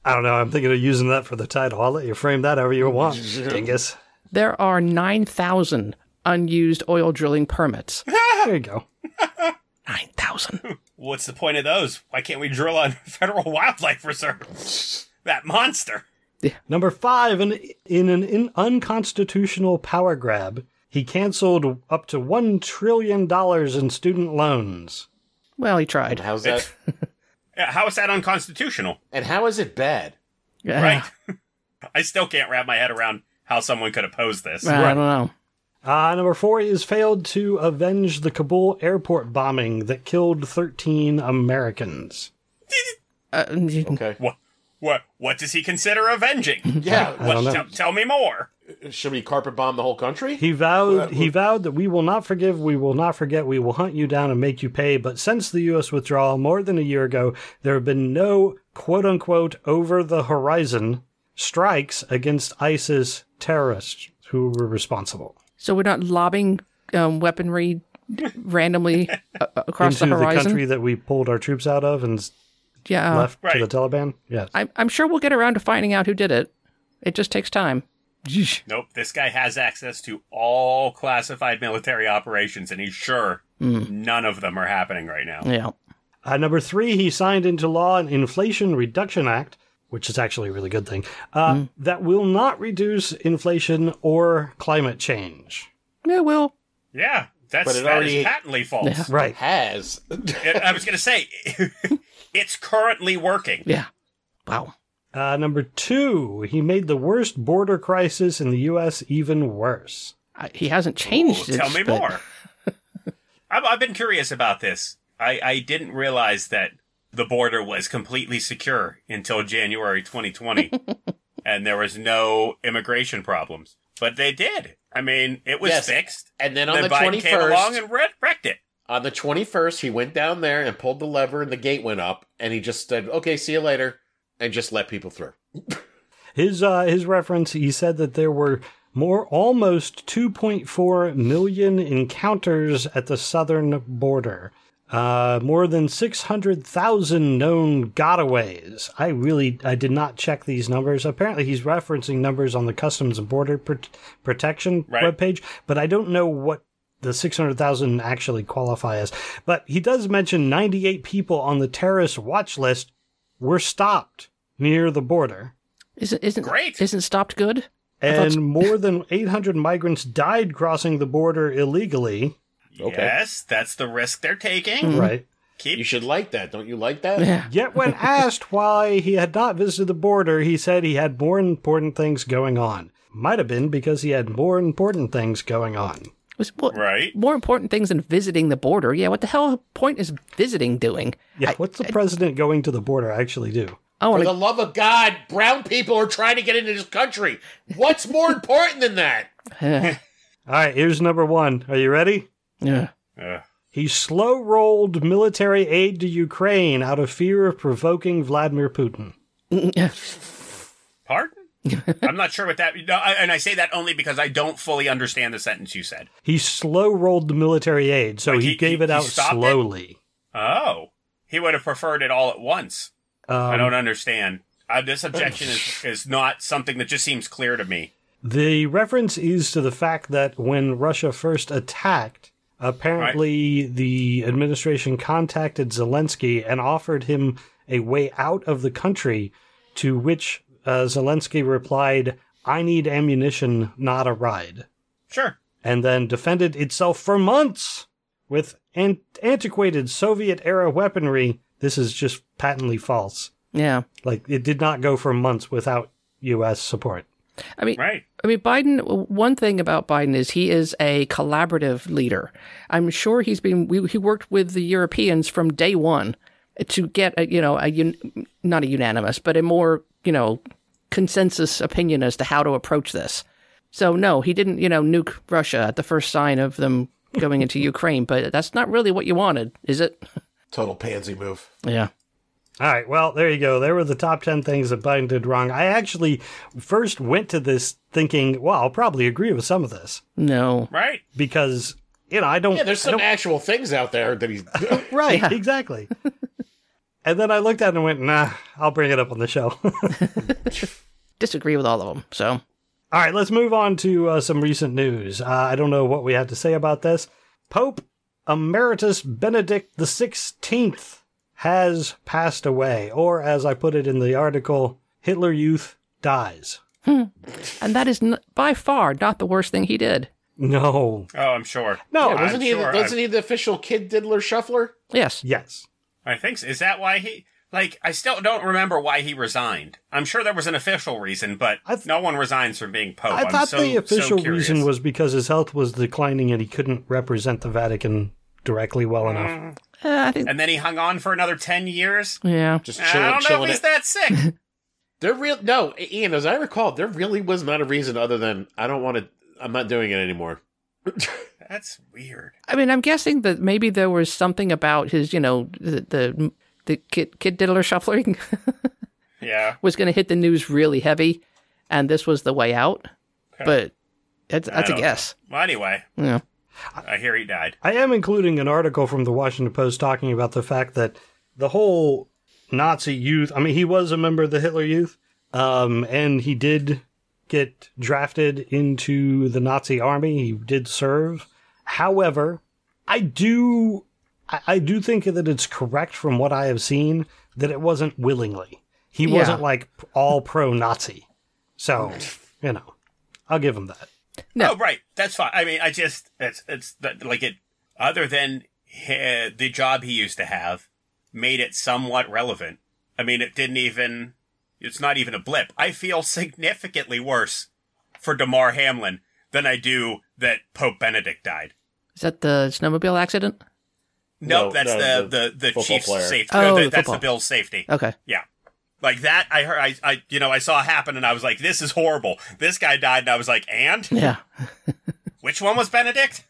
I don't know. I'm thinking of using that for the title. I'll let you frame that however you want, dingus. there are 9,000 unused oil drilling permits. There you go. 9,000. What's the point of those? Why can't we drill on federal wildlife reserve? That monster. Number five, in, in an in unconstitutional power grab, he canceled up to $1 trillion in student loans. Well, he tried. How's that? Yeah, How is that unconstitutional? and how is it bad? Yeah. Right. I still can't wrap my head around how someone could oppose this. Well, I don't know. Uh, number four is failed to avenge the Kabul airport bombing that killed 13 Americans. Uh, Okay. What? What? What does he consider avenging? Yeah. I don't What, know. tell, tell me more. Should we carpet bomb the whole country? He vowed he vowed that we will not forgive, we will not forget, we will hunt you down and make you pay. But since the U.S. withdrawal more than a year ago, there have been no quote unquote over the horizon strikes against ISIS terrorists who were responsible. so we're not lobbing um, weaponry randomly uh, uh, across into the the, horizon. Uh, country that we pulled our troops out of and s- yeah. left right. to the Taliban. Yes. I'm, I'm sure we'll get around to finding out who did it. It just takes time. Nope. This guy has access to all classified military operations, and he's sure none of them are happening right now. Yeah. Uh, number three, he signed into law an Inflation Reduction Act, which is actually a really good thing, uh, Mm. that will not reduce inflation or climate change. Yeah, well, Yeah, that's But it that is already- patently false. Right. has. It- I was gonna say, it's currently working. yeah. Wow. Uh, number two, he made the worst border crisis in the U.S. even worse. I, he hasn't changed Ooh, it. Tell me but- more. I've, I've been curious about this. I, I didn't realize that the border was completely secure until January 2020, and there was no immigration problems. But they did. I mean, it was Yes. fixed. And then on Then the Biden twenty came along first, and wreck- wrecked it. on the twenty first, he went down there and pulled the lever, and the gate went up, and he just said, "Okay, see you later," and just let people through. His uh, his reference, he said that there were more almost 2.4 million encounters at the southern border. Uh, more than 600,000 known gotaways. I really I did not check these numbers. Apparently he's referencing numbers on the Customs and Border Pro- Protection Right. webpage, but I don't know what the 600,000 actually qualify as. But he does mention 98 people on the terrorist watch list were stopped near the border. Isn't isn't Great. Isn't stopped good? I thought And more than 800 migrants died crossing the border illegally, Okay. Yes, that's the risk they're taking. right? Keep You should like that. Don't you like that? Yeah. Yet, when asked why he had not visited the border, he said he had more important things going on. Might have been because he had more important things going on. Was, well, Right. More important things than visiting the border. Yeah. What the hell point is visiting doing? Yeah, what's the president going to the border actually do? I For want the to. love of God, brown people are trying to get into this country. What's more important than that? All right, here's number one. Are you ready? yeah. Ugh. He slow rolled military aid to Ukraine out of fear of provoking Vladimir Putin. pardon. I'm not sure what that. No, I, and I say that only because I don't fully understand the sentence you said. He slow rolled the military aid, so Like, he, he- gave he- it he out stopped it? slowly. Oh, he would have preferred it all at once. Um, I don't understand. Uh, this objection is, is not something that just seems clear to me. The reference is to the fact that when Russia first attacked, apparently the administration contacted Zelensky and offered him a way out of the country, to which uh, Zelensky replied, I need ammunition, not a ride, Sure. and then defended itself for months with an- antiquated Soviet era weaponry. This is just patently false. Yeah. Like, it did not go for months without U.S. support. I mean, Right. I mean, Biden. One thing about Biden is he is a collaborative leader. I'm sure he's been. We, he worked with the Europeans from day one to get a, you know a un, not a unanimous, but a more you know consensus opinion as to how to approach this. So no, he didn't you know nuke Russia at the first sign of them going into Ukraine. But that's not really what you wanted, is it? Total pansy move. Yeah. All right. Well, there you go. There were the top 10 things that Biden did wrong. I actually first went to this thinking, well, I'll probably agree with some of this No. Right. because, you know, I don't. Yeah, there's I some don't- actual things out there that he's. right. Yeah. Exactly. and then I looked at it and went, nah, I'll bring it up on the show. All Disagree with all of them. So right. Let's move on to uh, some recent news. Uh, I don't know what we have to say about this. Pope Emeritus Benedict the Sixteenth has passed away, or as I put it in the article, Hitler Youth dies. and that is n- by far not the worst thing he did. No, Oh, I'm sure. No, I'm wasn't he? sure. wasn't he the official kid diddler shuffler? Yes. Yes. I think so. Is that why he? Like, I still don't remember why he resigned. I'm sure there was an official reason, but I th- no one resigns from being pope. I Oh, I'm thought so- the so official curious. reason was because his health was declining and he couldn't represent the Vatican directly Mm. well enough. Uh, I think. and then he hung on for another ten years. Uh, Yeah. Just chilling, I don't know chilling if he's it. that sick. There real no, Ian. As I recall, there really was not a reason other than I don't want to. I'm not doing it anymore. That's weird. I mean, I'm guessing that maybe there was something about his, you know, the the, the kid, kid diddler shuffling Yeah. was going to hit the news really heavy, and this was the way out. But that's, that's a don't guess. Well, anyway, Yeah. I hear he died. I am including an article from the Washington Post talking about the fact that the whole Nazi youth, I mean, he was a member of the Hitler youth, um, and he did get drafted into the Nazi army. He did serve. However, I do. I I do think that it's correct from what I have seen that it wasn't willingly. He Yeah. wasn't like all pro Nazi. So, you know, I'll give him that. Yeah. Oh, right. That's fine. I mean, I just it's it's th- like it. Other than he, the job he used to have, made it somewhat relevant. I mean, it didn't even. It's not even a blip. I feel significantly worse for Damar Hamlin than I do that Pope Benedict died. Is that the snowmobile accident? No, No, that's no, the the the the football Chiefs' player. safety. Oh, no, the th- that's the football. Bills' safety. Okay. Yeah. Like that, I heard, I, I, you know, I saw happen and I was like, this is horrible. This guy died and I was like, and? Yeah. Which one was Benedict?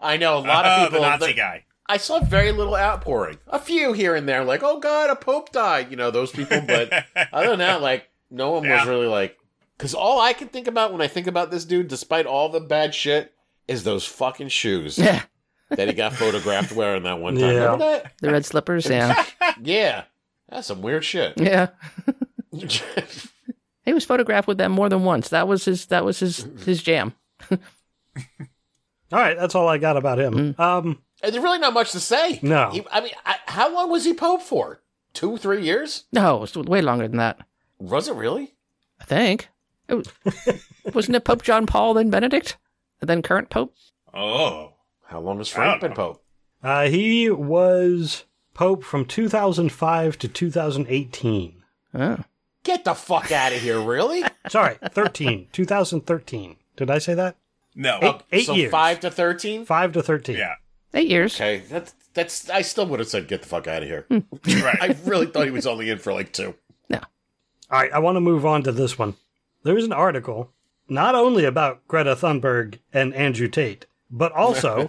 I know a lot of Oh, people. the Nazi that- guy. I saw very little outpouring. A few here and there, like, oh God, a pope died, you know, those people. But other than that, like, no one Yeah. was really like. Because all I can think about when I think about this dude, despite all the bad shit, is those fucking shoes. Yeah. that he got photographed wearing that one time. Yeah. Remember that? The red slippers, yeah, Yeah. That's some weird shit. yeah. He was photographed with that more than once. That was his. That was his. His jam. All right, that's all I got about him. Um, And there's really not much to say. No. He- I mean, I, how long was he Pope for? Two, three years? No, it's way longer than that. Was it really? I think. It was, Oh. wasn't it Pope John Paul then Benedict, and then current Pope? Oh, How long has I Frank don't been know. Pope? uh, he was Pope from 2005 to 2018. Oh. Get the fuck out of here, really? Sorry, 13. 2013. Did I say that? no. um, Eight, eight Oh, so years. five to thirteen? Five to 13. Yeah. Eight years. Okay, that's that's I still would have said get the fuck out of here. Hmm. Right. I really thought he was only in for like two. All right, I want to move on to this one. There's an article not only about Greta Thunberg and Andrew Tate, but also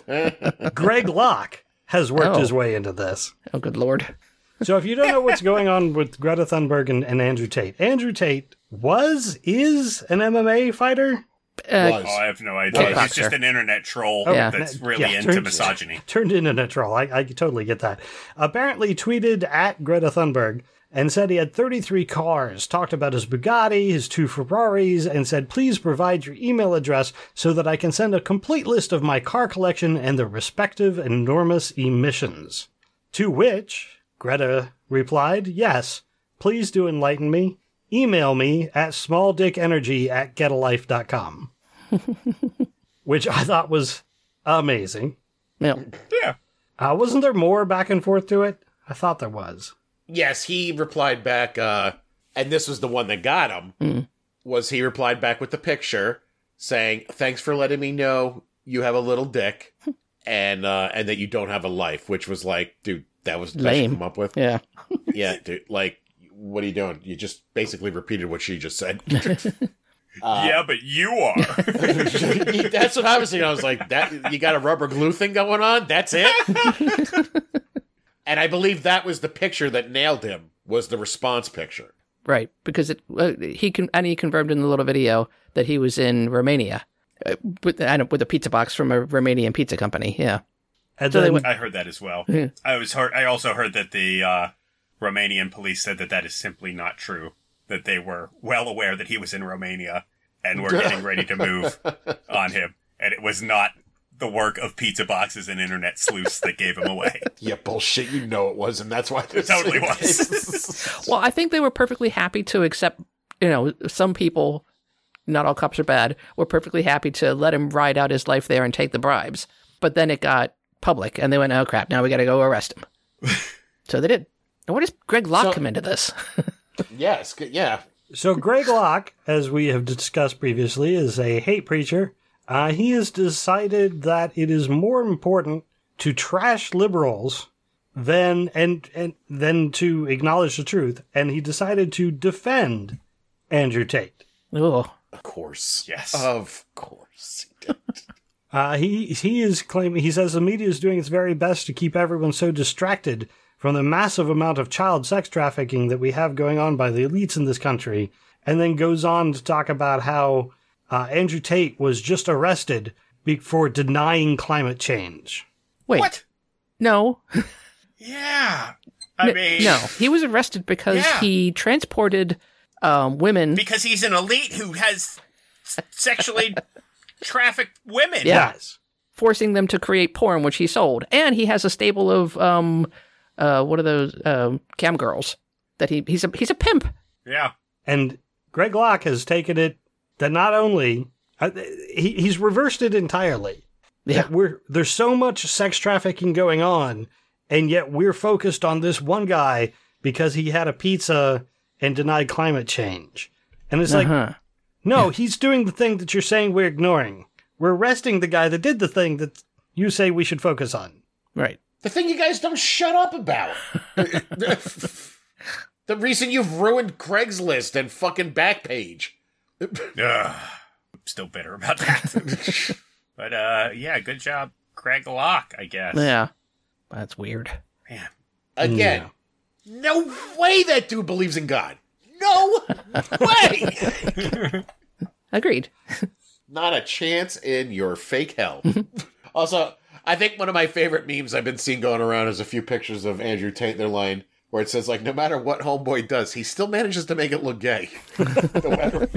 Greg Locke has worked Oh. his way into this. Oh, good lord. So if you don't know what's going on with Greta Thunberg and, and Andrew Tate, Andrew Tate was, is an MMA fighter, Uh, Oh, was. I have no idea. Well, He's just sir. an internet troll Oh, yeah. that's Yeah, really yeah, into turns- misogyny. turned into a troll. I, I totally get that. Apparently tweeted at Greta Thunberg and said he had 33 cars, talked about his Bugatti, his two Ferraris, and said, please provide your email address so that I can send a complete list of my car collection and their respective enormous emissions. To which Greta replied, yes, please do enlighten me. Email me at smalldickenergy at getalife.com. which I thought was amazing. no. Yeah. Uh, wasn't there more back and forth to it? I thought there was. Yes, he replied back, uh, and this was the one that got him. Hmm. Was he replied back with the picture saying, "Thanks for letting me know you have a little dick, and uh, and that you don't have a life," which was like, dude, that was that she Lame. come up with. Yeah. yeah, dude, like, what are you doing? You just basically repeated what she just said. Uh, yeah, but you are. That's what I was thinking. I was like, that you got a rubber glue thing going on? That's it? and I believe that was the picture that nailed him was the response picture. Right. Because it uh, he can and he confirmed in the little video that he was in Romania uh, with and with a pizza box from a Romanian pizza company. Yeah. And So they then, went- I heard that as well. Yeah. I was heard. I also heard that the uh, Romanian police said that that is simply not true. That they were well aware that he was in Romania and were getting ready to move on him, and it was not the work of pizza boxes and internet sleuths that gave him away. Yeah, bullshit. You know it was, and that's why this Totally was. Well, I think they were perfectly happy to accept, you know, some people, not all cops are bad, were perfectly happy to let him ride out his life there and take the bribes. But then it got public and they went, oh crap, now we got to go arrest him. so they did. And where does Greg Locke So- come into this? yes, good- yeah. so Greg Locke, as we have discussed previously, is a hate preacher. Uh, he has decided that it is more important to trash liberals than and and than to acknowledge the truth. And he decided to defend Andrew Tate. Ooh. Of course. Yes. Of course. Uh, he he is claiming he says the media is doing its very best to keep everyone so distracted from the massive amount of child sex trafficking that we have going on by the elites in this country, and then goes on to talk about how uh, Andrew Tate was just arrested be- for denying climate change. Wait. What? No. Yeah. I N- mean, no. He was arrested because Yeah. he transported um, women. because he's an elite who has s- sexually trafficked women. Yeah. Yes. forcing them to create porn, which he sold. And he has a stable of um, uh, what are those um, cam girls that he he's a he's a pimp. Yeah. And Greg Locke has taken it that not only uh, he, he's reversed it entirely. Yeah. we're there's so much sex trafficking going on, and yet we're focused on this one guy because he had a pizza and denied climate change. And it's like, Uh-huh. no, he's doing the thing that you're saying we're ignoring. We're arresting the guy that did the thing that you say we should focus on. Right. The thing you guys don't shut up about. the reason you've ruined Craigslist and fucking Backpage. Ugh. I'm still bitter about that. but uh, yeah, good job, Craig Locke. I guess. Yeah. That's weird. Man. Again, no way that dude believes in God. No way. Agreed. Not a chance in your fake hell. also, I think one of my favorite memes I've been seeing going around is a few pictures of Andrew Tate. They're lying where it says like, no matter what homeboy does, he still manages to make it look gay. No matter-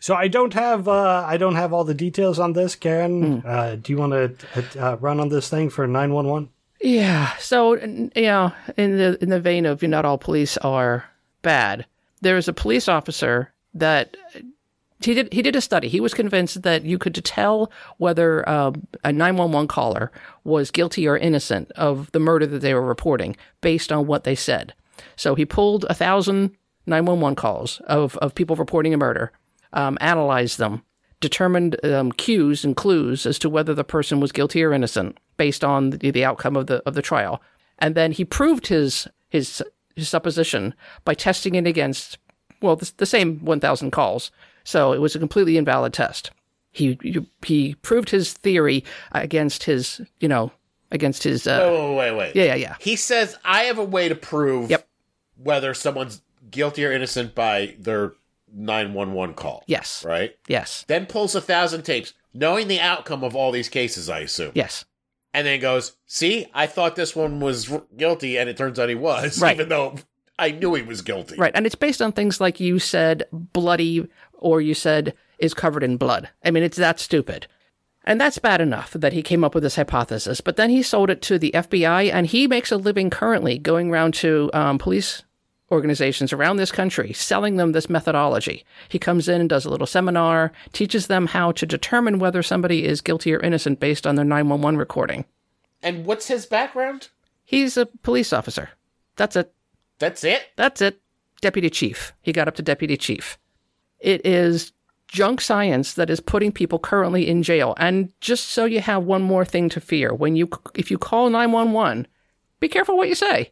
So I don't have uh, I don't have all the details on this, Hmm. Karen. Uh, do you want to uh, run on this thing for nine one one? Yeah. So n- you know, in the in the vein of not all police are bad, there is a police officer that he did he did a study. He was convinced that you could tell whether um a nine one one caller was guilty or innocent of the murder that they were reporting based on what they said. So he pulled a thousand 911 calls of, of people reporting a murder, um, analyzed them, determined um, cues and clues as to whether the person was guilty or innocent based on the, the outcome of the of the trial, and then he proved his his his supposition by testing it against well the, the same 1,000 calls. So it was a completely invalid test. He you- he proved his theory against his you know against his uh, oh, wait, wait. yeah yeah yeah He says, I have a way to prove Yep. whether someone's guilty or innocent by their 911 call. yes Right? yes Then pulls a thousand tapes, knowing the outcome of all these cases, I assume. yes And then goes, See, I thought this one was r- guilty, and it turns out he was, Right. even though I knew he was guilty. Right. And it's based on things like you said bloody or you said is covered in blood. I mean, it's that stupid. And that's bad enough that he came up with this hypothesis. But then he sold it to the FBI and he makes a living currently going around to um, police organizations around this country selling them this methodology. He comes in and does a little seminar, teaches them how to determine whether somebody is guilty or innocent based on their 911 recording. And what's his background? He's a police officer. That's it. That's it? That's it. Deputy chief. He got up to deputy chief. It is junk science that is putting people currently in jail. And just so you have one more thing to fear, when you if you call 911, be careful what you say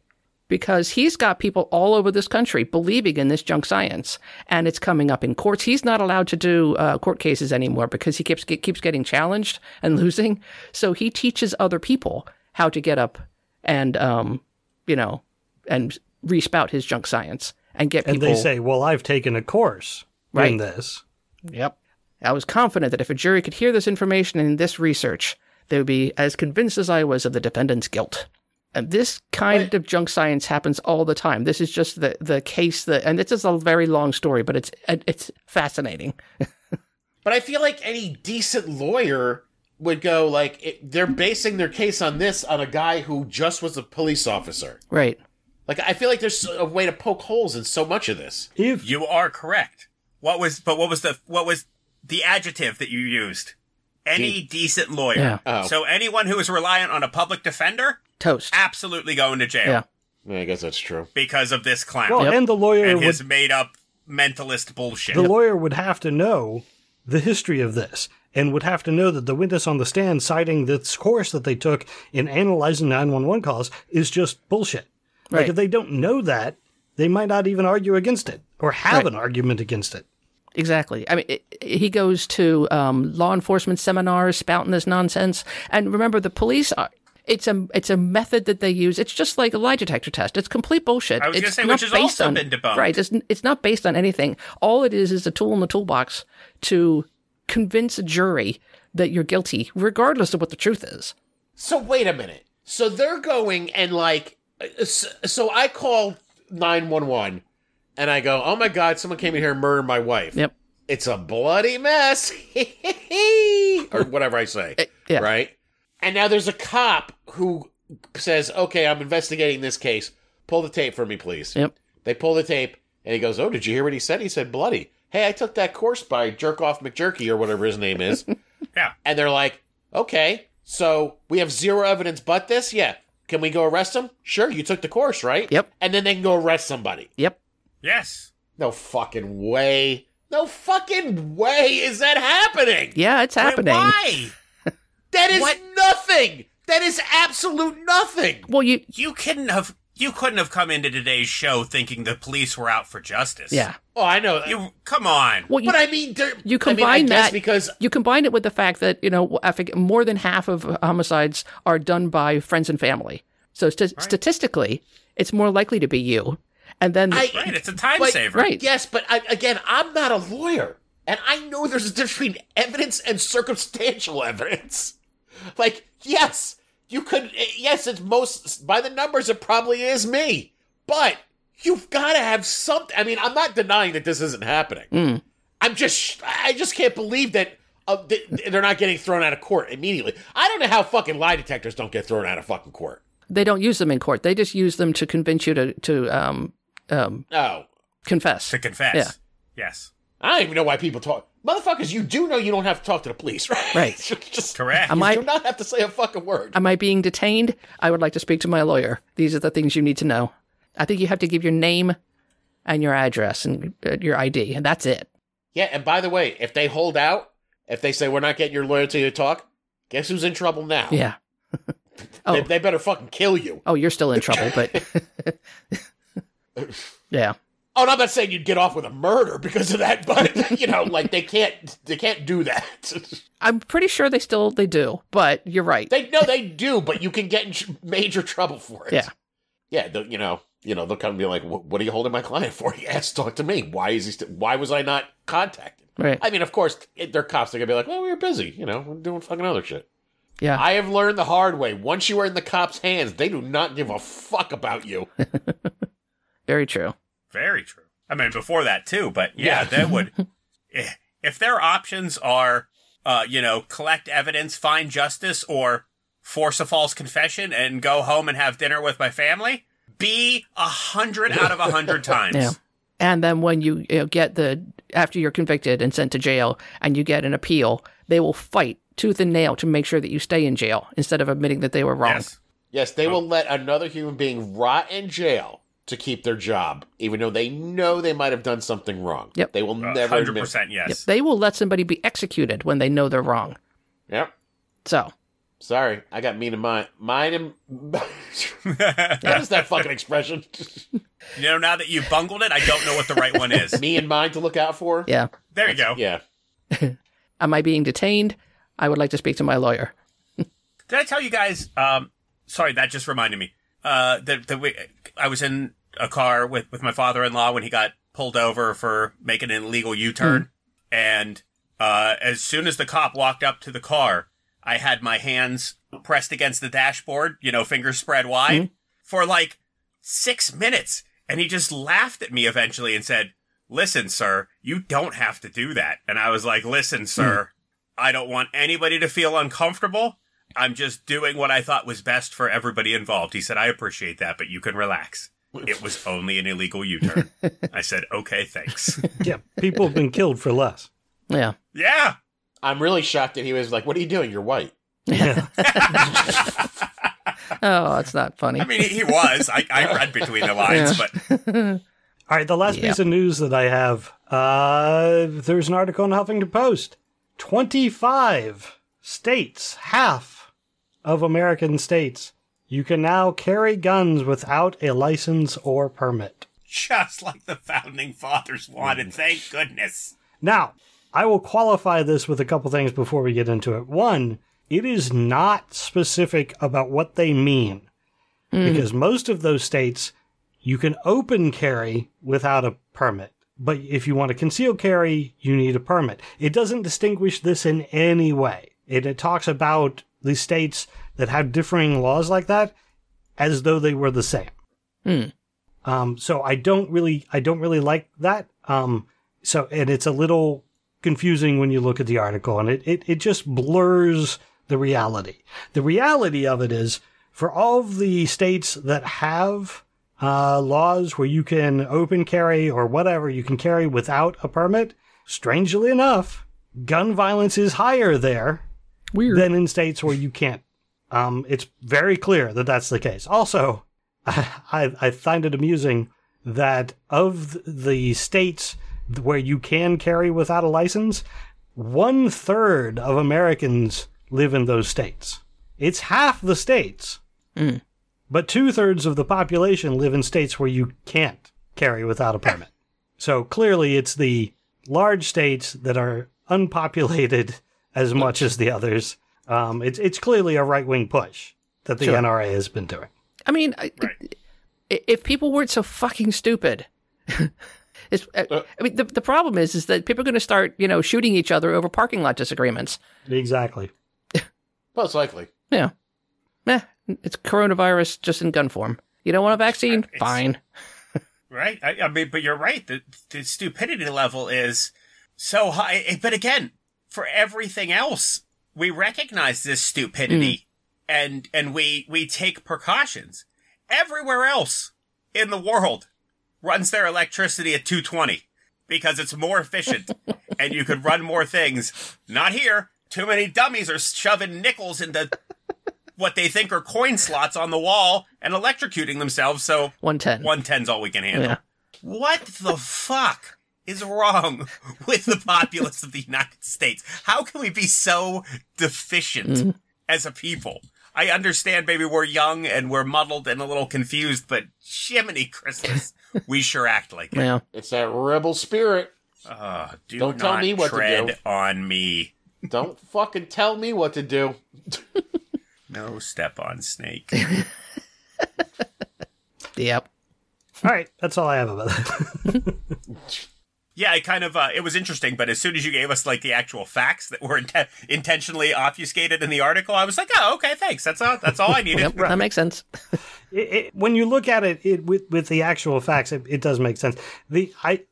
because he's got people all over this country believing in this junk science and it's coming up in courts he's not allowed to do uh, court cases anymore because he keeps ge- keeps getting challenged and losing so he teaches other people how to get up and um you know and respout his junk science and get And people they say, well, I've taken a course in Right. this. Yep. I was confident that if a jury could hear this information and this research, they would be as convinced as I was of the defendant's guilt. And this kind of junk science happens all the time. This is just the, the case that, and this is a very long story, but it's it's fascinating. But I feel like any decent lawyer would go like it, they're basing their case on this on a guy who just was a police officer. Right. Like I feel like there's a way to poke holes in so much of this. If You are correct. What was but what was the what was the adjective that you used? Any decent lawyer. Yeah. Oh. So anyone who is reliant on a public defender, Toast. absolutely going to jail Yeah. I guess that's true. because of this clown well, Yep. and the lawyer and would his made up mentalist bullshit. the lawyer would have to know the history of this and would have to know that the witness on the stand citing this course that they took in analyzing 911 calls is just bullshit. Like Right. if they don't know that, they might not even argue against it or have Right. an argument against it. Exactly. I mean, it, it- he goes to um, law enforcement seminars spouting this nonsense. And remember, the police are. It's a it's a method that they use. It's just like a lie detector test. It's complete bullshit. I was gonna it's say, not which has based also on, been debunked. Right. It's, it's not based on anything. All it is is a tool in the toolbox to convince a jury that you're guilty, regardless of what the truth is. So wait a minute. So they're going and like uh, so, so I call 911 and I go, "Oh my god, someone came in here and murdered my wife." Yep. it's a bloody mess or whatever i say yeah. right and now there's a cop who says okay i'm investigating this case pull the tape for me please Yep. they pull the tape and he goes oh did you hear what he said he said bloody hey i took that course by jerk off mcjerky or whatever his name is Yeah. and they're like okay so we have zero evidence but this yeah can we go arrest him sure you took the course right Yep. and then they can go arrest somebody Yep. yes. no fucking way. No fucking way is that happening. Yeah, it's happening. Wait, why? That is What? nothing. That is absolute nothing. Well, you. You couldn't have you couldn't have come into today's show thinking the police were out for justice. Yeah. Oh, I know. You come on. Well, you, but I mean, there- you I mean, I combine guess that because you combine it with the fact that you know I forget, more than half of homicides are done by friends and family. So st- statistically, it's more likely to be you. And then I Right, it's a time but- saver. Right. yes, but I, again, I'm not a lawyer. And I know there's a difference between evidence and circumstantial evidence. Like, yes, you could, yes, it's most, by the numbers, it probably is me. But you've got to have something. I mean, I'm not denying that this isn't happening. Mm. I'm just, I just can't believe that. Uh, th- they're not getting thrown out of court immediately. I don't know how fucking lie detectors don't get thrown out of fucking court. They don't use them in court. They just use them to convince you to to um, um, No, confess. to confess. Yeah. Yes, I don't even know why people talk. Motherfuckers, you do know you don't have to talk to the police, right? Right. just, just- correct. Am you I- do not have to say a fucking word. Am I being detained? I would like to speak to my lawyer. These are the things you need to know. I think you have to give your name and your address and uh, your ID, and that's it. yeah, and by the way, if they hold out, if they say we're not getting your lawyer till you talk, guess who's in trouble now? Yeah. They, oh. they better fucking kill you. Oh, you're still in trouble, but yeah. Oh, and I'm not saying you'd get off with a murder because of that, but you know, like they can't, they can't do that. I'm pretty sure they still they do, but you're right. they no, they do, but you can get in tr- major trouble for it. Yeah. yeah, they'll- you know, you know, they'll come and be like, "Wh- "What are you holding my client for?" He asked, "Talk to me. Why is he? St- why was I not contacted?" Right. I mean, of course, it, their cops are gonna be like, "Well, we were busy. You know, we're doing fucking other shit." Yeah. I have learned the hard way. Once you are in the cops' hands, they do not give a fuck about you. Very true. Very true. I mean, before that too, but yeah, Yeah. that would. eh, if their options are, uh, you know, collect evidence, find justice, or force a false confession and go home and have dinner with my family, be a hundred out of a hundred times. Yeah. And then when you, you know, get the after you're convicted and sent to jail and you get an appeal, they will fight tooth and nail to make sure that you stay in jail instead of admitting that they were wrong. Yes. Yes, they will let another human being rot in jail to keep their job, even though they know they might have done something wrong. Yep. They will never Hundred admit. percent. Yep. Yes. They will let somebody be executed when they know they're wrong. Yep. So, Sorry, I got mean in mind. Mine and that is that fucking expression. You know, now that you bungled it, I don't know what the right one is. Me and mine to look out for. yeah. There you go. Yeah. Am I being detained? I would like to speak to my lawyer. Did I tell you guys? Um, sorry, that just reminded me. Uh, that that we, I was in a car with with my father in law when he got pulled over for making an illegal U turn, and uh, as soon as the cop walked up to the car, I had my hands pressed against the dashboard, you know, fingers spread wide, for like six minutes, and he just laughed at me eventually and said. Listen, sir, you don't have to do that. And I was like, listen, sir, I don't want anybody to feel uncomfortable. I'm just doing what I thought was best for everybody involved. He said, I appreciate that, but you can relax. It was only an illegal U turn. I said, okay, thanks. Yeah, people have been killed for less. Yeah. yeah. I'm really shocked that he was like, "What are you doing? You're white." Yeah. Oh, it's not funny. I mean, he he was. I, I read between the lines, but All right, the last Yeah. piece of news that I have uh, there's an article in Huffington Post 25 states, half of American states, you can now carry guns without a license or permit. just like the founding fathers wanted. Thank goodness. Now, I will qualify this with a couple things before we get into it. One, it is not specific about what they mean because most of those states you can open carry without a permit. But if you want to conceal carry, you need a permit. It doesn't distinguish this in any way. It, it talks about the states that have differing laws like that as though they were the same. Hmm. Um, so I don't really, I don't really like that. Um, so, and it's a little confusing when you look at the article and it, it, it just blurs the reality. The reality of it is for all of the states that have, uh, laws where you can open carry or whatever, you can carry without a permit. Strangely enough, gun violence is higher there Weird. than in states where you can't. Um, it's very clear that that's the case. Also, I, I find it amusing that of th- the states where you can carry without a license, one third of Americans live in those states. It's half the states, Mm. but two thirds of the population live in states where you can't carry without a permit. So clearly, it's the large states that are unpopulated as much as the others. Um, it's it's clearly a right wing push that the Sure. NRA has been doing. I mean, I- Right. i- if people weren't so fucking stupid, It's, uh, I mean, the, the problem is, is that people are going to start, you know, shooting each other over parking lot disagreements. Exactly. Most likely. Yeah. Eh, it's coronavirus just in gun form. You don't want a vaccine? It's- Fine. Right? I, I mean, but you're right. The, the stupidity level is so high. Eh, But again, for everything else, we recognize this stupidity and, and we, we take precautions. Everywhere else in the world runs their electricity at 220 because it's more efficient and you could run more things. Not here. Too many dummies are shoving nickels into what they think are coin slots on the wall and electrocuting themselves. So 110. 110's all we can handle. Yeah. What the fuck is wrong with the populace of the United States? How can we be so deficient Mm. as a people? I understand maybe we're young and we're muddled and a little confused, but Jiminy Christmas, we sure act like it. Yeah. It's that rebel spirit. Uh, do Don't tell not me what to tread do. on me. Don't fucking tell me what to do. No step on snake. Yep. All right, that's all I have about that. Yeah, it kind of uh, it was interesting, but as soon as you gave us like the actual facts that were inte- intentionally obfuscated in the article, I was like, oh, okay, thanks. That's all. That's all I needed. Yep. That makes sense. it, it, when you look at it, it with with the actual facts, it, it does make sense. The I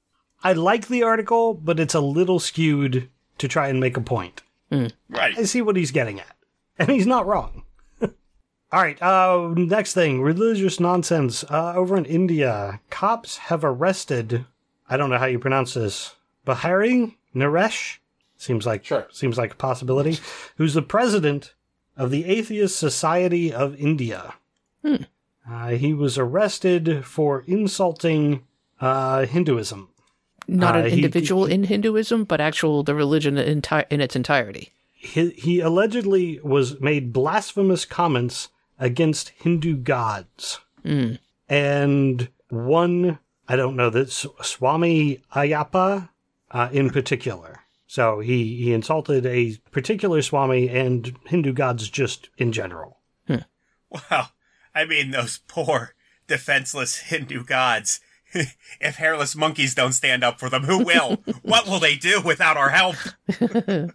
I like the article, but it's a little skewed to try and make a point. Right. I see what he's getting at, and he's not wrong. All right, uh, next thing religious nonsense. Uh, over in India, cops have arrested. I don't know how you pronounce this. Bahari Naresh seems like Sure. seems like a possibility. Who's the president of the Atheist Society of India? Uh, he was arrested for insulting uh, Hinduism. Not Uh, an he- individual in Hinduism, but actual the religion in, enti- in its entirety. he, he allegedly was made blasphemous comments against Hindu gods. And one, I don't know this, Swami Ayappa uh, in particular. So he, he insulted a particular Swami and Hindu gods just in general. Wow. I mean, those poor, defenseless Hindu gods. if hairless monkeys don't stand up for them, who will? what will they do without our help?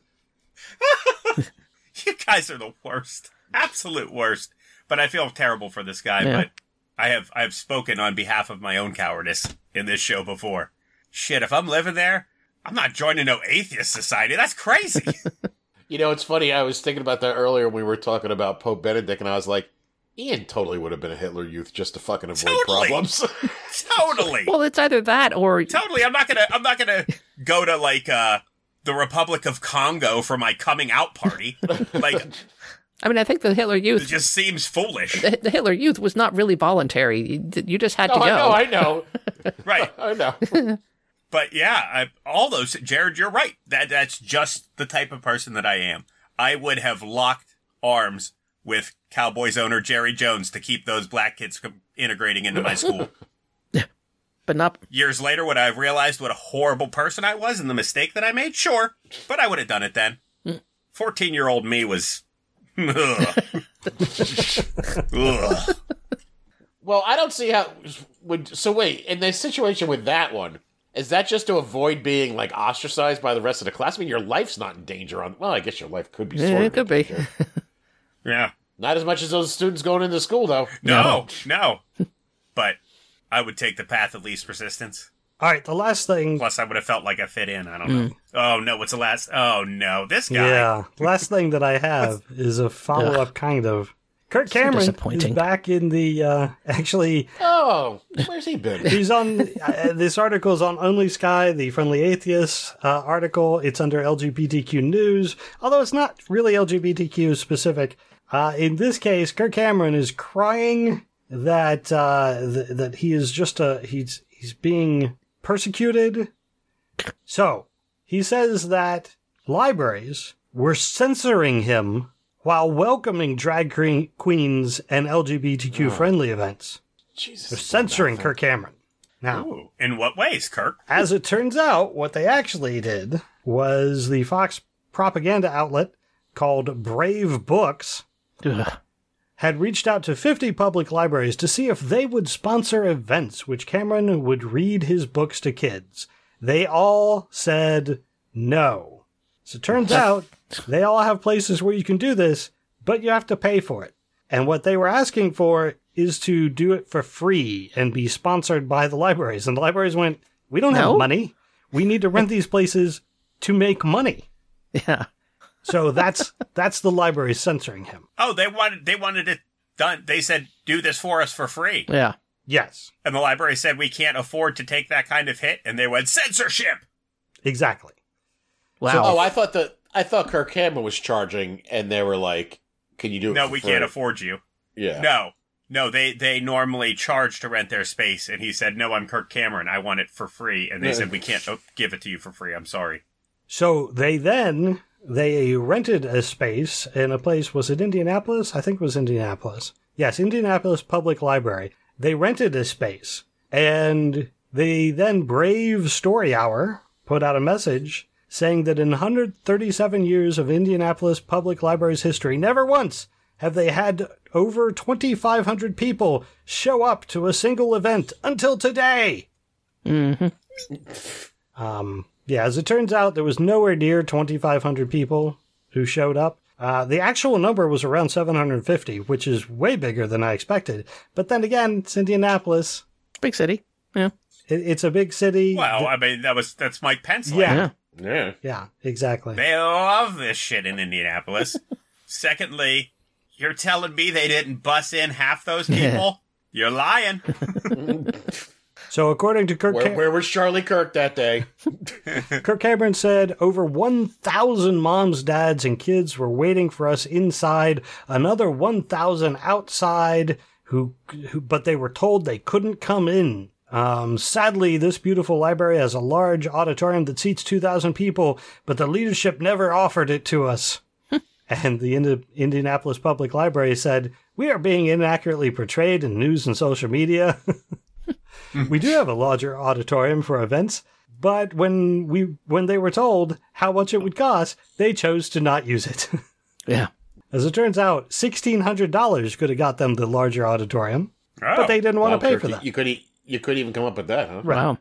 you guys are the worst. Absolute worst. But I feel terrible for this guy, Yeah. but I have I have spoken on behalf of my own cowardice in this show before. Shit, if I'm living there, I'm not joining no atheist society. That's crazy. You know, it's funny. I was thinking about that earlier when we were talking about Pope Benedict, and I was like, Ian totally would have been a Hitler youth just to fucking avoid Totally. problems. totally. Well, it's either that or totally i'm not gonna i'm not gonna go to like uh the republic of congo for my coming out party like I mean, I think the Hitler it Youth, just seems foolish the, the Hitler Youth was not really voluntary. You, you just had no, to go. Oh, I know, I know, right I know. but yeah I, all those jared you're right that that's just the type of person that i am i would have locked arms with cowboys owner jerry jones to keep those black kids from integrating into my school but not. years later would i have realized what a horrible person i was and the mistake that i made sure but i would have done it then 14 year old me was Ugh. Ugh. Well, I don't see how. Would so wait in the situation with that one. Is that just to avoid being like ostracized by the rest of the class? I mean, your life's not in danger. On well, I guess your life could be. Sort Yeah, of it in could be. danger. yeah Not as much as those students going into school, though. no no but i would take the path of least resistance All right, the last thing. plus i would have felt like i fit in i don't know oh no what's the last oh no this guy Yeah, last thing that I have is a follow up kind of. Kurt Cameron is disappointing. back in the uh, actually Oh, where's he been? He's on uh, this article's on Only Sky, the Friendly Atheist uh, article. It's under LGBTQ news, although it's not really LGBTQ specific. Uh, in this case, Kirk Cameron is crying that uh, th- that he is just a he's he's being persecuted. So he says that libraries were censoring him while welcoming drag queen- queens and LGBTQ friendly events Jesus, they censoring Kirk Cameron. Now, Ooh, in what ways kirk as it turns out, what they actually did was the Fox propaganda outlet called Brave Books Ugh. had reached out to 50 public libraries to see if they would sponsor events which Cameron would read his books to kids. They all said no. So it turns out they all have places where you can do this, but you have to pay for it. And what they were asking for is to do it for free and be sponsored by the libraries. And the libraries went, We don't have No. money. We need to rent these places to make money. Yeah. So that's that's the library censoring him. Oh, they wanted they wanted it done. They said do this for us for free, Yeah. Yes, and the library said we can't afford to take that kind of hit, and they went censorship. exactly. Wow. Oh, I thought that I thought Kirk Cameron was charging, and they were like, "Can you do it?" No, for we free?" can't afford you. Yeah. No, no, they they normally charge to rent their space, and he said, "No, I'm Kirk Cameron. I want it for free." And they Yeah. said, "We can't oh, give it to you for free. I'm sorry." So they then they rented a space in a place was it Indianapolis? I think it was Indianapolis. Yes, Indianapolis Public Library. They rented a space and they then brave story hour put out a message saying that in 137 years of Indianapolis Public Library's history, never once have they had over 2500 people show up to a single event until today. hmm Um, yeah, as it turns out, there was nowhere near 2,500 people who showed up. Uh, the actual number was around 750, which is way bigger than I expected. But then again, it's Indianapolis. Big city. Yeah. It, it's a big city. Well, I mean, that was that's Mike Pence. Yeah. Yeah. Yeah. Yeah, exactly. They love this shit in Indianapolis. Secondly, you're telling me they didn't bus in half those people? You're lying. Oh, So according to Kirk, Where, Ca- where was Charlie Kirk that day? Kirk Cameron said over 1,000 moms, dads, and kids were waiting for us inside. Another 1,000 outside. Who, who, but they were told they couldn't come in. Um, sadly, this beautiful library has a large auditorium that seats 2,000 people, but the leadership never offered it to us. and the Indi- Indianapolis Public Library said, "We are being inaccurately portrayed in news and social media." we do have a larger auditorium for events, but when we when they were told how much it would cost, they chose to not use it. Yeah. As it turns out, sixteen hundred dollars could have got them the larger auditorium, Oh. but they didn't want Wow, to pay Kirk, for you- that. You could e- you could even come up with that, huh? Right. Wow.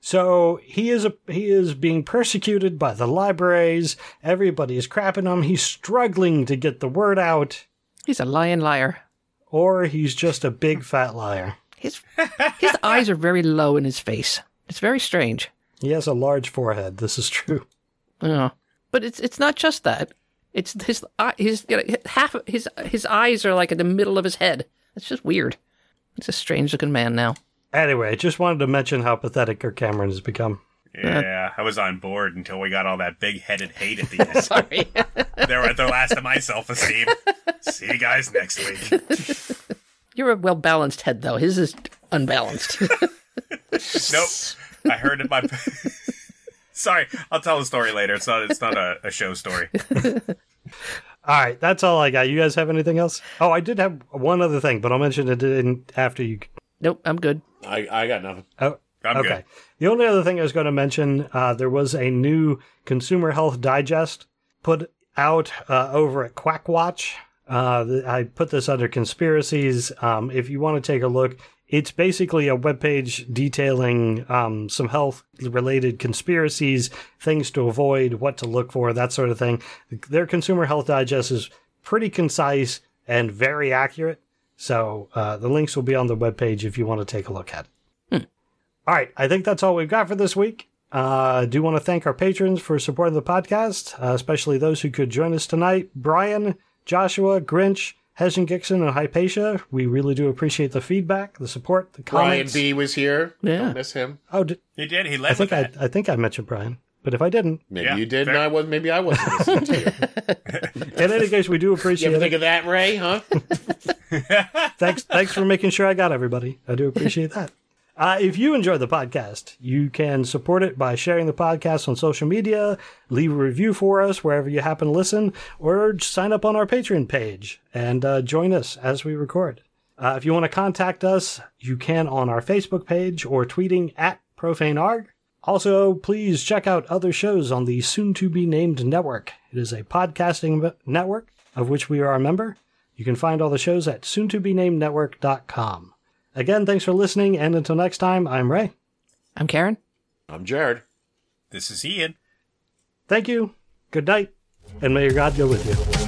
So he is a, he is being persecuted by the libraries. Everybody is crapping on him. He's struggling to get the word out, He's a lying liar. or he's just a big fat liar. His his eyes are very low in his face. It's very strange. He has a large forehead. This is true. Yeah, but it's it's not just that. It's his eye- his you know, half of- his his eyes are like in the middle of his head. It's just weird. It's a strange looking man now. Anyway, just wanted to mention how pathetic Kirk Cameron has become. Yeah, I was on board until we got all that big headed hate at the end. Sorry. They're at the last of my self esteem. See you guys next week. You're a well balanced head though. His is unbalanced. Nope. I heard it my Sorry, I'll tell the story later. It's not it's not a, a show story. All right, that's all I got. You guys have anything else? Oh, I did have one other thing, but I'll mention it in after you. nope, I'm good. I, I got nothing. Oh, I'm okay. good. The only other thing I was going to mention, uh, there was a new Consumer Health Digest put out uh, over at Quackwatch. Uh, th- I put this under conspiracies. Um, if you want to take a look, it's basically a webpage detailing um, some health related conspiracies, things to avoid, what to look for, that sort of thing. Their Consumer Health Digest is pretty concise and very accurate. So uh, the links will be on the webpage if you want to take a look at it. All right, I think that's all we've got for this week. Uh, I do want to thank our patrons for supporting the podcast, uh, especially those who could join us tonight Brian, Joshua, Grinch, Hesin Gixon, and Hypatia. We really do appreciate the feedback, the support, the Brian comments. B was here. Yeah. Don't miss him. Oh, did, He did. He I led with think I, that. I think I mentioned Brian, but if I didn't, Maybe Yeah, you did, fair. and I was. Maybe I wasn't. listening to you. in any case, we do you appreciate ever it. think of that, Ray? Huh? thanks thanks for making sure I got everybody. I do appreciate that. Uh, if you enjoy the podcast, you can support it by sharing the podcast on social media, leave a review for us wherever you happen to listen, or sign up on our Patreon page and uh, join us as we record. Uh, if you want to contact us, you can on our Facebook page or tweeting at profanearg. Also, please check out other shows on the soon to be named network. It is a podcasting network of which we are a member. You can find all the shows at soontobenamednetwork.com. Again, thanks for listening, and until next time, I'm Ray. I'm Karen. I'm Jared. This is Ian. Thank you, good night, and may your God go with you.